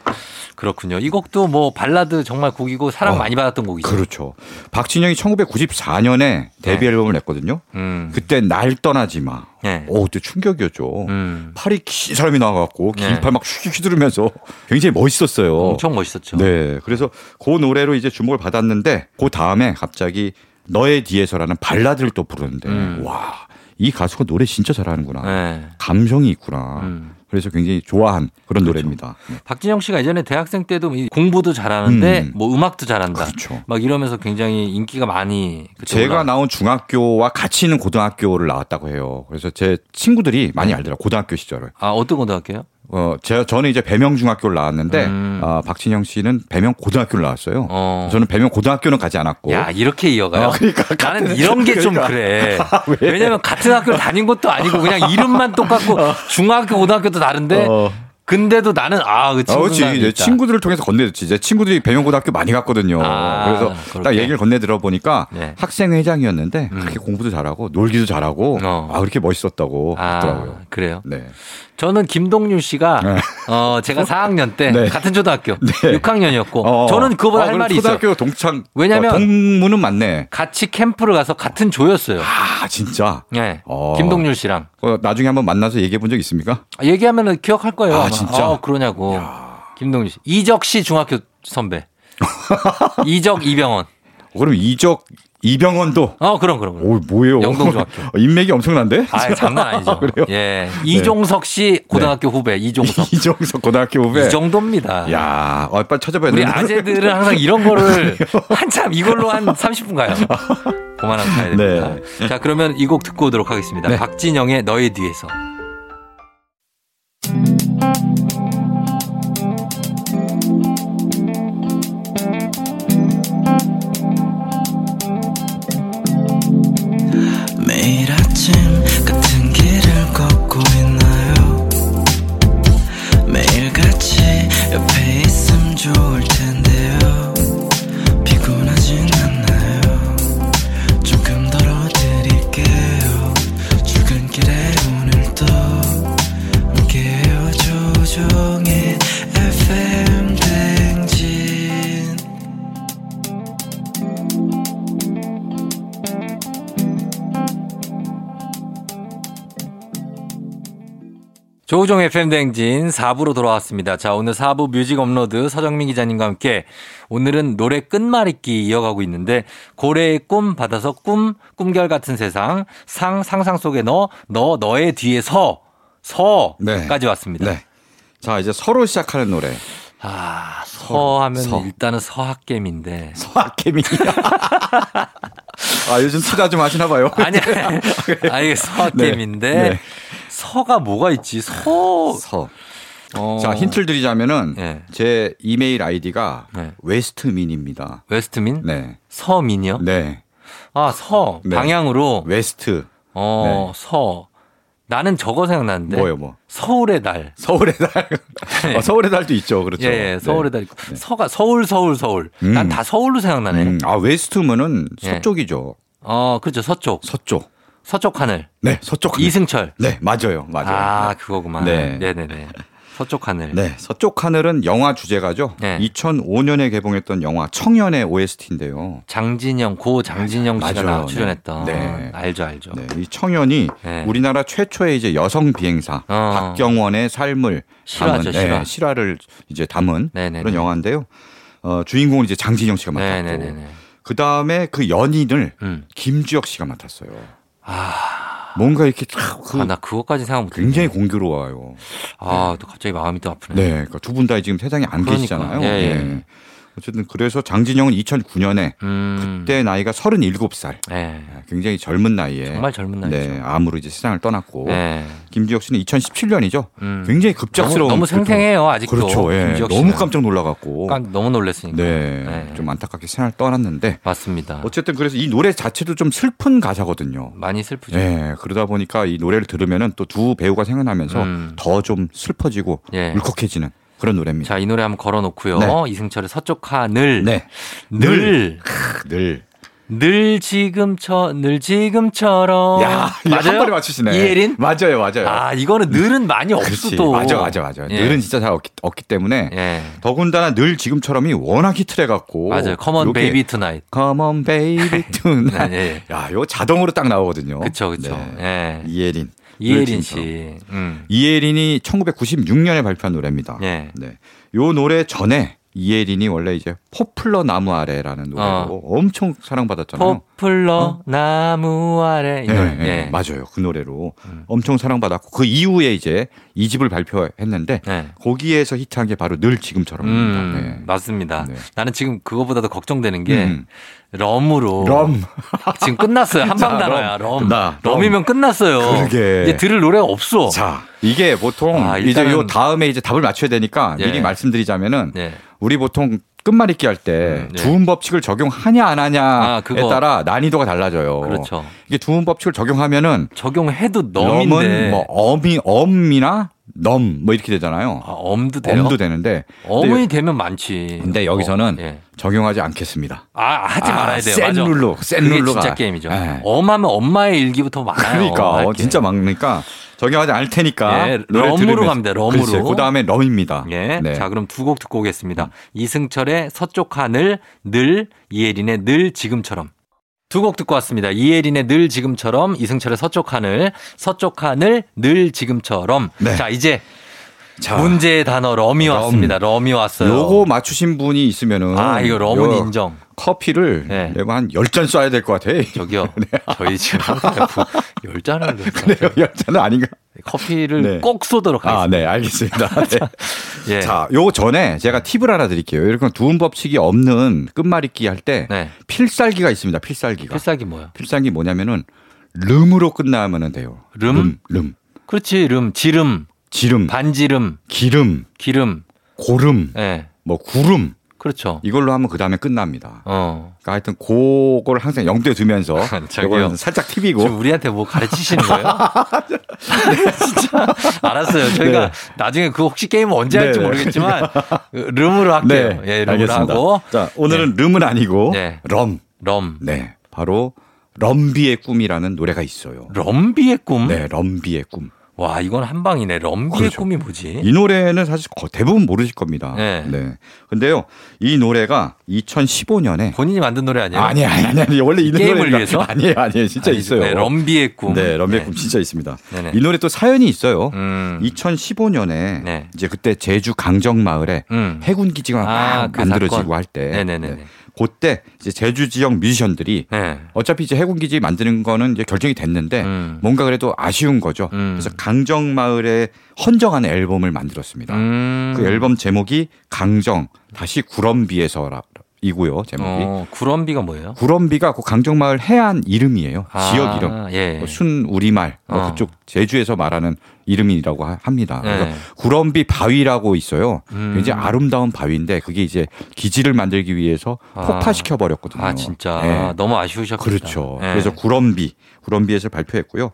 A: 그렇군요. 이 곡도 뭐 발라드 정말 곡이고 사랑
G: 어,
A: 많이 받았던 곡이죠.
G: 그렇죠. 박진영이 1994년에 데뷔
A: 네.
G: 앨범을 냈거든요.
A: 음.
G: 그때 날 떠나지 마.
A: 네.
G: 오, 어, 그때 충격이었죠.
A: 음.
G: 팔이 긴 사람이 나와갖고 긴
A: 네.
G: 팔 막 휘- 휘두르면서 굉장히 멋있었어요.
A: 엄청 멋있었죠.
G: 네. 그래서 그 노래로 이제 주목을 받았는데 그 다음에 갑자기 너의 뒤에서라는 발라드를 또 부르는데
A: 음.
G: 와, 이 가수가 노래 진짜 잘하는구나.
A: 네.
G: 감성이 있구나.
A: 음. 그렇죠.
G: 그래서 굉장히 좋아한 그런 노래입니다. 네.
A: 박진영 씨가 예전에 대학생 때도 이 공부도 잘하는데
G: 음.
A: 뭐 음악도 잘한다.
G: 그렇죠.
A: 막 이러면서 굉장히 인기가 많이 그때
G: 제가
A: 올라-
G: 나온 중학교와 같이 있는 고등학교를 나왔다고 해요. 그래서 제 친구들이 많이 알더라. 고등학교 시절을.
A: 아, 어떤 고등학교요?
G: 어, 제, 저는 이제 배명 중학교를 나왔는데
A: 음.
G: 아, 박진영 씨는 배명 고등학교를 나왔어요.
A: 어.
G: 저는 배명 고등학교는 가지 않았고.
A: 야, 이렇게 이어가요?
G: 어, 뭐? 그러니까
A: 나는
G: 같은-
A: 이런 게 좀
G: 그러니까.
A: 그래
G: *laughs* 왜?
A: 왜냐면 같은 학교를 다닌 것도 아니고 그냥 이름만 똑같고 중학교, 고등학교도 다른데
G: 어.
A: 근데도 나는 아, 그
G: 아,
A: 친구는
G: 그렇지. 이제
A: 있다.
G: 친구들을 통해서 건네줬지. 제 친구들이 배명고등학교 많이 갔거든요.
A: 아,
G: 그래서 딱
A: 그렇게.
G: 얘기를 건네들어 보니까
A: 네. 음.
G: 학생회장이었는데 그렇게 공부도 잘하고 놀기도 잘하고
A: 어.
G: 아, 그렇게 멋있었다고 하더라고요.
A: 그래요?
G: 네.
A: 저는 김동률 씨가 어 제가 4학년 때
G: 네.
A: 같은 초등학교
G: 네.
A: 6학년이었고
G: 어, 어.
A: 저는 그거보다
G: 어,
A: 할
G: 그럼
A: 말이 있어요.
G: 초등학교 동창
A: 왜냐면-
G: 어, 동문은 맞네.
A: 같이 캠프를 가서 같은 조였어요.
G: 아, 진짜.
A: 예.
G: 어.
A: 김동률 씨랑
G: 어, 나중에 한번 만나서 얘기해 본 적 있습니까?
A: 얘기하면은 기억할 거예요.
G: 아,
A: 아마.
G: 진짜?
A: 아, 그러냐고. 김동률 씨. 이적 씨 중학교
G: *laughs*
A: 선배. 이적 이병헌.
G: 어, 그럼 이적 이병헌도
A: 어, 그럼 그럼. 그럼.
G: 오, 뭐예요?
A: 영동중학교.
G: *laughs* 어, 인맥이 엄청난데?
A: 아, 장난 아니죠.
G: 그래요? 네.
A: 예. 이종석 씨 고등학교 후배 이종석.
G: *laughs* 이종석 고등학교 후배.
A: 이 정도입니다.
G: 야, 어, 빨리 찾아봐야
A: 우리
G: 되는데.
A: 아재들은 항상 이런 거를 한참 이걸로 한 30분
G: *laughs*
A: 가요. 그만하고 가야 됩니다.
G: 네.
A: 자, 그러면 이 곡 듣고 오도록 하겠습니다. 박진영의 너의 뒤에서.
F: 매일 아침 같은 길을 걷고 있나요 매일 같이 옆에 있음 좋을 텐데요 피곤하진 않나요 조금 덜어드릴게요 출근길에 오늘도 함께해요 조종의 FM 댕진
A: 조우종 FM 댕진 4부로 돌아왔습니다. 자, 오늘 4부 뮤직 업로드 서정민 기자님과 함께 오늘은 노래 끝말잇기 이어가고 있는데 고래의 꿈 받아서 꿈, 꿈결 같은 세상, 상, 상상 속에 너, 너, 너의 뒤에 서,
G: 네.
A: 서까지 왔습니다.
G: *laughs* 네. 자, 이제 서로 시작하는 노래.
A: 아, 서 하면
G: 서.
A: 일단은 서학겜인데.
G: 서학개미야. *laughs* 아, 요즘 투자 좀 하시나 봐요.
A: 아니, 아, 이게 서학겜인데,
G: 네, 네.
A: 서가 뭐가 있지? 서.
G: *laughs* 서.
A: 어.
G: 자, 힌트를 드리자면은
A: 예.
G: 제 이메일 아이디가
A: 네.
G: 웨스트민입니다.
A: 웨스트민?
G: 네.
A: 서민이요?
G: 네.
A: 아, 서.
G: 네.
A: 방향으로.
G: 웨스트.
A: 어,
G: 네.
A: 서. 나는 저거 생각나는데.
G: 뭐요, 뭐?
A: 서울의 날.
G: 서울의 달. 어, 서울의 달도 있죠. 그렇죠.
A: 네. 예, 예, 서울의
G: 네.
A: 달. 있고. 서가, 서울, 서울, 서울. 난
G: 음.
A: 다 서울로 생각나네.
G: 음, 아, 웨스트면은
A: 예.
G: 서쪽이죠.
A: 어, 그렇죠. 서쪽.
G: 서쪽.
A: 서쪽 하늘.
G: 네, 서쪽. 하늘.
A: 이승철.
G: 네, 맞아요. 맞아요.
A: 아, 그거구만.
G: 네.
A: 네. 네네 서쪽 하늘.
G: 네, 서쪽 하늘은 영화 주제가죠.
A: 네.
G: 2005년에 개봉했던 영화 청년의 OST인데요.
A: 장진영, 고 장진영 씨가
G: 맞아요.
A: 나- 출연했던.
G: 네.
A: 알죠, 알죠.
G: 네, 이 청년이
A: 그렇죠. 네.
G: 우리나라 최초의 이제 여성 비행사
A: 어.
G: 박경원의 삶을
A: 실화죠,
G: 담은 네,
A: 실화.
G: 실화를 이제 담은
A: 네네네.
G: 그런 영화인데요. 어, 주인공은 이제 장진영 씨가 맡았고
A: 네네네네.
G: 그 다음에 그 연인을
A: 음.
G: 김주혁 씨가 맡았어요. 뭔가 이렇게 탁 그
A: 아, 나 그거까지 생각 못
G: 굉장히 공교로워요.
A: 아, 또 갑자기 마음이 또 아프네.
G: 네, 그러니까 두 분 다 지금 세상에 안
A: 그러니까.
G: 계시잖아요.
A: 예, 예.
G: 예. 어쨌든 그래서 장진영은 2009년에
A: 음.
G: 그때 나이가 37살.
A: 네.
G: 굉장히 젊은 나이에
A: 정말 젊은 나이죠.
G: 네, 암으로 이제 세상을 떠났고
A: 네.
G: 김지혁 씨는 2017년이죠.
A: 음.
G: 굉장히 급작스러운
A: 너무, 너무
G: 교통-
A: 생생해요, 아직도.
G: 그렇죠. 예.
A: 김지혁
G: 너무
A: 씨는.
G: 깜짝 놀라갖고.
A: 깜- 너무 놀랐으니까.
G: 네,
A: 네.
G: 좀 안타깝게 세상을 떠났는데
A: 맞습니다.
G: 어쨌든 그래서 이 노래 자체도 좀 슬픈 가사거든요.
A: 많이 슬프죠.
G: 예, 그러다 보니까 이 노래를 들으면은 또 두 배우가 생각나면서
A: 음.
G: 더 좀 슬퍼지고
A: 예.
G: 울컥해지는 그런 노래입니다.
A: 자, 이 노래 한번 걸어 놓고요.
G: 네.
A: 이승철의 서쪽 하늘.
G: 네,
A: 늘.
G: 늘.
A: 늘 지금처 늘 지금처럼
G: 야, 이거 한 번에 맞추시네.
A: 어. 이혜린
G: 맞아요, 맞아요.
A: 아 이거는 늘은 많이 없어
G: 그렇지.
A: 또
G: 맞아, 맞아, 맞아.
A: 예.
G: 늘은 진짜 잘 없기, 없기 때문에
A: 예
G: 더군다나 늘 지금처럼이 워낙 히트해 갖고
A: 맞아요 커먼 베이비 투나잇
G: 컴온
A: *laughs*
G: 베이비
A: 네,
G: 투나 *laughs*
A: 예.
G: 야, 이거 자동으로 딱 나오거든요.
A: 그쵸 그쵸
G: 네.
A: 예
G: 이예린.
A: 이혜린
G: 늘
A: 씨 음.
G: 이예린이 1996년에 발표한 노래입니다.
A: 예.
G: 네. 요 노래 전에 이예린이 원래 이제 포플러 나무 아래라는 노래로 엄청 사랑받았잖아요.
A: 어.
G: 어?
A: 포플러 나무 아래 이
G: 예,
A: 노래.
G: 예,
A: 예. 음.
G: 맞아요. 그 노래로 엄청 사랑받았고 그 이후에 이제 이 집을 발표했는데
A: 예.
G: 거기에서 히트한 게 바로 늘 지금처럼입니다.
A: 음,
G: 네.
A: 맞습니다.
G: 네.
A: 나는 지금 그거보다도 걱정되는 게
G: 음.
A: 럼으로
G: 럼.
A: 지금 끝났어요. 한방
G: *laughs* 자,
A: 단어야.
G: 럼.
A: 럼.
G: 끝나. 럼.
A: 럼이면 끝났어요.
G: 그러게.
A: 이제 들을 노래가 없어.
G: 자, 이게 보통
A: 아,
G: 이제
A: 일단은-
G: 요 다음에 이제 답을 맞춰야 되니까
A: 예.
G: 미리 말씀드리자면은
A: 예.
G: 우리 보통 끝말잇기 할 때
A: 음, 예.
G: 주음 법칙을 적용하냐 안 하냐에
A: 아, 그거.
G: 따라 난이도가 달라져요.
A: 그렇죠.
G: 이게 주음 법칙을 적용하면은
A: 적용해도 넘인데
G: 넘은 뭐 엄이 엄이나 넘 뭐 이렇게 되잖아요.
A: 아, 엄도 돼요?
G: 엄도 되는데
A: 어머니 되면 많지.
G: 근데 여기서는
A: 어, 예.
G: 적용하지 않겠습니다.
A: 아 하지
G: 아,
A: 말아야 돼요.
G: 센
A: 맞아.
G: 룰로, 센
A: 그게
G: 룰로가.
A: 진짜 게임이죠.
G: 예.
A: 엄하면 엄마의 일기부터 많아요.
G: 그러니까 어,
A: 할게.
G: 진짜 막니까 적용하지 않을 테니까
A: 예,
G: 노래
A: 럼으로
G: 들으면서.
A: 갑니다, 럼으로.
G: 글쎄요. 그다음에 럼입니다.
A: 예.
G: 네.
A: 자 그럼 두 곡 듣고 오겠습니다. 이승철의 서쪽 하늘 늘 이혜린의 늘 지금처럼. 두 곡 듣고 왔습니다. 이혜린의 늘 지금처럼 이승철의 서쪽 하늘 서쪽 하늘 늘 지금처럼.
G: 네.
A: 자 이제
G: 자,
A: 문제의 단어 럼이
G: 럼.
A: 왔습니다. 럼이 왔어요.
G: 요거 맞추신 분이 있으면은
A: 아 이거 럼은
G: 요
A: 인정.
G: 커피를
A: 네.
G: 내가 한 10잔 쏴야 될 것 같아. *laughs*
A: 저기요. 저희 지금 아, 열 잔을
G: *laughs* 네, 10잔은 아닌가?
A: 커피를
G: 네.
A: 꼭 쏘도록
G: 아,
A: 하겠습니다.
G: 네,
A: *laughs*
G: 알겠습니다. 네.
A: 예.
G: 자, 요 전에 제가 팁을 하나 드릴게요. 이렇게 두음 법칙이 없는 끝말잇기 할 때
A: 네.
G: 필살기가 있습니다. 필살기가.
A: 필살기 뭐야?
G: 필살기 뭐냐면은 름으로 끝나면 돼요.
A: 름?
G: 름, 름.
A: 그렇지. 름, 지름,
G: 지름,
A: 반지름,
G: 기름,
A: 기름.
G: 고름,
A: 예.
G: 뭐 구름
A: 그렇죠.
G: 이걸로 하면 그다음에 끝납니다.
A: 어.
G: 그러니까 하여튼 그걸 항상 영두에
A: *laughs*
G: 두면서
A: 아, 저기요.
G: 이거는 살짝
A: 지금
G: 팁이고
A: 우리한테 뭐 가르치시는
G: *laughs*
A: 거예요? 네, 진짜 알았어요. 저희가
G: 네.
A: 나중에 그 혹시 게임 언제 할지
G: 네, 네.
A: 모르겠지만
G: *laughs*
A: 름으로 할게요. 예, 름으로
G: 알겠습니다.
A: 하고
G: 자, 오늘은 름은 아니고
A: 네.
G: 럼.
A: 럼,
G: 네. 바로 럼비의 꿈이라는 노래가 있어요.
A: 럼비의 꿈.
G: 네, 럼비의 꿈.
A: 와, 이건 한 방이네. 럼비의
G: 그렇죠.
A: 꿈이 뭐지?
G: 이 노래는 사실 거- 대부분 모르실 겁니다.
A: 네.
G: 근데요, 이 노래가 2015년에
A: 본인이 만든 노래 아니에요?
G: 아니 아니 아니 아니 원래 이
A: 게임을
G: 노래가-
A: 위해서?
G: 아니에요 아니에요 진짜
A: 아니죠.
G: 있어요.
A: 네, 럼비의 꿈.
G: 네, 럼비의
A: 네.
G: 꿈 진짜 있습니다.
A: 네네.
G: 이 노래 또 사연이 있어요.
A: 음.
G: 2015년에
A: 네.
G: 이제 그때 제주 강정 마을에
A: 음.
G: 해군 기지가
A: 아,
G: 막
A: 그 사건.
G: 만들어지고 할 때,
A: 네네네네.
G: 그때 이제 제주 지역 뮤지션들이
A: 네.
G: 어차피 이제 해군 기지 만드는 거는 이제 결정이 됐는데
A: 음.
G: 뭔가 그래도 아쉬운 거죠.
A: 음.
G: 그래서 강정 마을에 헌정한 앨범을 만들었습니다.
A: 음.
G: 그 앨범 제목이 강정 다시 구럼비에서라. 이고요 제목이.
A: 어, 구럼비가 뭐예요?
G: 구럼비가 그 강정마을 해안 이름이에요.
A: 아,
G: 지역 이름.
A: 예.
G: 뭐 순우리말 뭐
A: 어.
G: 그쪽 제주에서 말하는 이름이라고 하- 합니다.
A: 네.
G: 그래서 구럼비 바위라고 있어요.
A: 음.
G: 굉장히 아름다운 바위인데 그게 이제 기지를 만들기 위해서
A: 아.
G: 폭파시켜 버렸거든요.
A: 아 진짜
G: 네.
A: 너무 아쉬우셨겠다.
G: 그렇죠.
A: 예.
G: 그래서 구럼비 구럼비에서 발표했고요.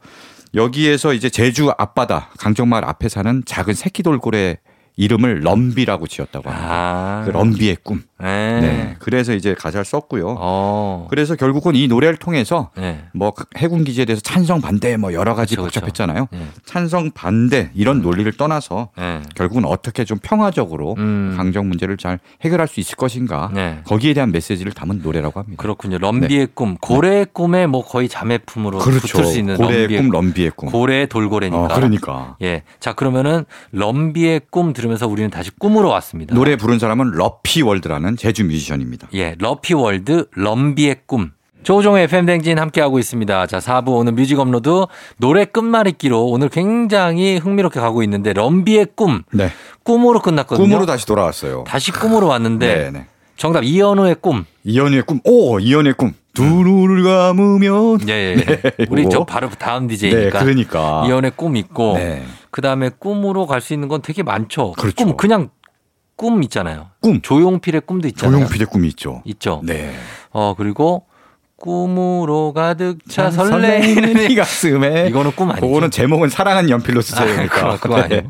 G: 여기에서 이제 제주 앞바다 강정마을 앞에 사는 작은 새끼 돌고래 이름을 럼비라고 지었다고 합니다.
A: 아,
G: 그 럼비의 꿈.
A: 예.
G: 네. 그래서 이제 가사를 썼고요.
A: 어.
G: 그래서 결국은 이 노래를 통해서
A: 네.
G: 뭐 해군 기지에 대해서 찬성 반대 뭐 여러 가지
A: 그쵸, 그쵸.
G: 복잡했잖아요.
A: 예.
G: 찬성 반대 이런 논리를 떠나서
A: 예.
G: 결국은 어떻게 좀 평화적으로
A: 음.
G: 강정 문제를 잘 해결할 수 있을 것인가
A: 네.
G: 거기에 대한 메시지를 담은 노래라고 합니다.
A: 그렇군요.
G: 네.
A: 럼비의 꿈, 고래의 꿈에 뭐 거의 자매품으로 붙을 수 있는
G: 그렇죠. 고래의
A: 럼비의
G: 꿈, 럼비의 꿈.
A: 고래의 돌고래니까.
G: 어, 그러니까
A: 예. 자, 그러면은 럼비의 꿈 들으면서 우리는 다시 꿈으로 왔습니다.
G: 노래 부른 사람은 러피 월드라는 제주 뮤지션입니다.
A: 예, 러피월드 럼비의 꿈. 조종의 FM댕진 함께하고 있습니다. 자, 4부 오늘 뮤직 업로드 노래 끝말잇기로 오늘 굉장히 흥미롭게 가고 있는데 럼비의 꿈.
G: 네.
A: 꿈으로 끝났거든요.
G: 꿈으로 다시 돌아왔어요.
A: 다시 꿈으로 왔는데
G: 네, 네.
A: 정답 이현우의 꿈.
G: 이현우의 꿈. 오, 이현우의 꿈. 두 눈을 감으면
A: 예, 예.
G: 네,
A: 우리
G: 요거.
A: 저 바로 다음
G: 네,
A: DJ니까.
G: 그러니까.
A: 이현의 꿈 있고
G: 네.
A: 그다음에 꿈으로 갈 수 있는 건 되게 많죠.
G: 그렇죠.
A: 꿈 그냥 꿈 있잖아요.
G: 꿈.
A: 조용필의 꿈도 있잖아요.
G: 조용필의 꿈이 있죠.
A: 있죠.
G: 네.
A: 어 그리고 꿈으로 가득 차 설레이는
G: 이 가슴에.
A: 이거는 꿈 아니죠?
G: 그거는 제목은 사랑한 연필로 쓰세요.
A: 아,
G: 그러니까. 네.
A: 그거, 그거 아니에요.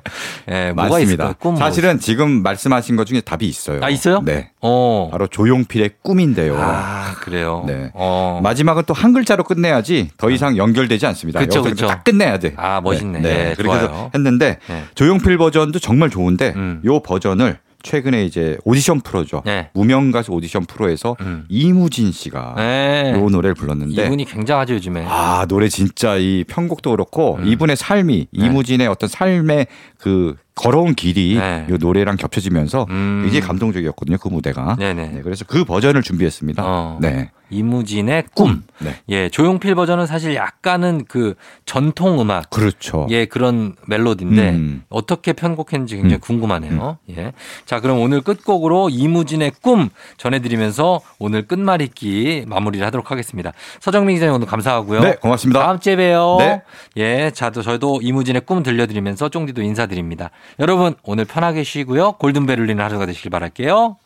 A: 예, 뭐가 있을까?
G: 맞습니다.
A: 꿈 뭐
G: 사실은 지금 말씀하신 것 중에 답이 있어요.
A: 있- 아 있어요?
G: 네.
A: 어.
G: 바로 조용필의 꿈인데요.
A: 아 그래요.
G: 네.
A: 어. 네.
G: 마지막은 또 한 글자로 끝내야지 더 이상 연결되지 않습니다.
A: 그쵸,
G: 여기서
A: 그쵸.
G: 딱 끝내야 돼.
A: 아, 멋있네. 예,
G: 그렇게
A: 좋아요.
G: 해서 했는데
A: 네.
G: 조용필 버전도 정말 좋은데
A: 음.
G: 요 버전을 최근에 이제 오디션 프로죠.
A: 네.
G: 무명 가수 오디션 프로에서
A: 음.
G: 이무진 씨가
A: 네.
G: 요 노래를 불렀는데
A: 이분이 굉장하죠 요즘에.
G: 아 노래 진짜 이 편곡도 그렇고
A: 네. 음.
G: 이분의 삶이 이무진의 어떤 삶의 그 걸어온 길이
A: 네.
G: 이 노래랑 겹쳐지면서
A: 음.
G: 굉장히 감동적이었거든요 그 무대가
A: 네네.
G: 네, 그래서 그 버전을 준비했습니다
A: 어.
G: 네.
A: 이무진의 꿈.
G: 네.
A: 예, 조용필 버전은 사실 약간은 그 전통 음악
G: 그렇죠
A: 예, 그런 멜로디인데
G: 음.
A: 어떻게 편곡했는지 굉장히
G: 음.
A: 궁금하네요. 예. 자, 그럼 오늘 끝곡으로 이무진의 꿈 전해드리면서 오늘 끝말잇기 마무리를 하도록 하겠습니다. 서정민 기자님 오늘 감사하고요.
G: 네 고맙습니다
A: 다음 주에 봬요.
G: 네.
A: 예, 자, 또 저희도 이무진의 꿈 들려드리면서 쫑디도 인사드립니다. 여러분, 오늘 편하게 쉬고요. 골든벨 울리는 하루가 되시길 바랄게요.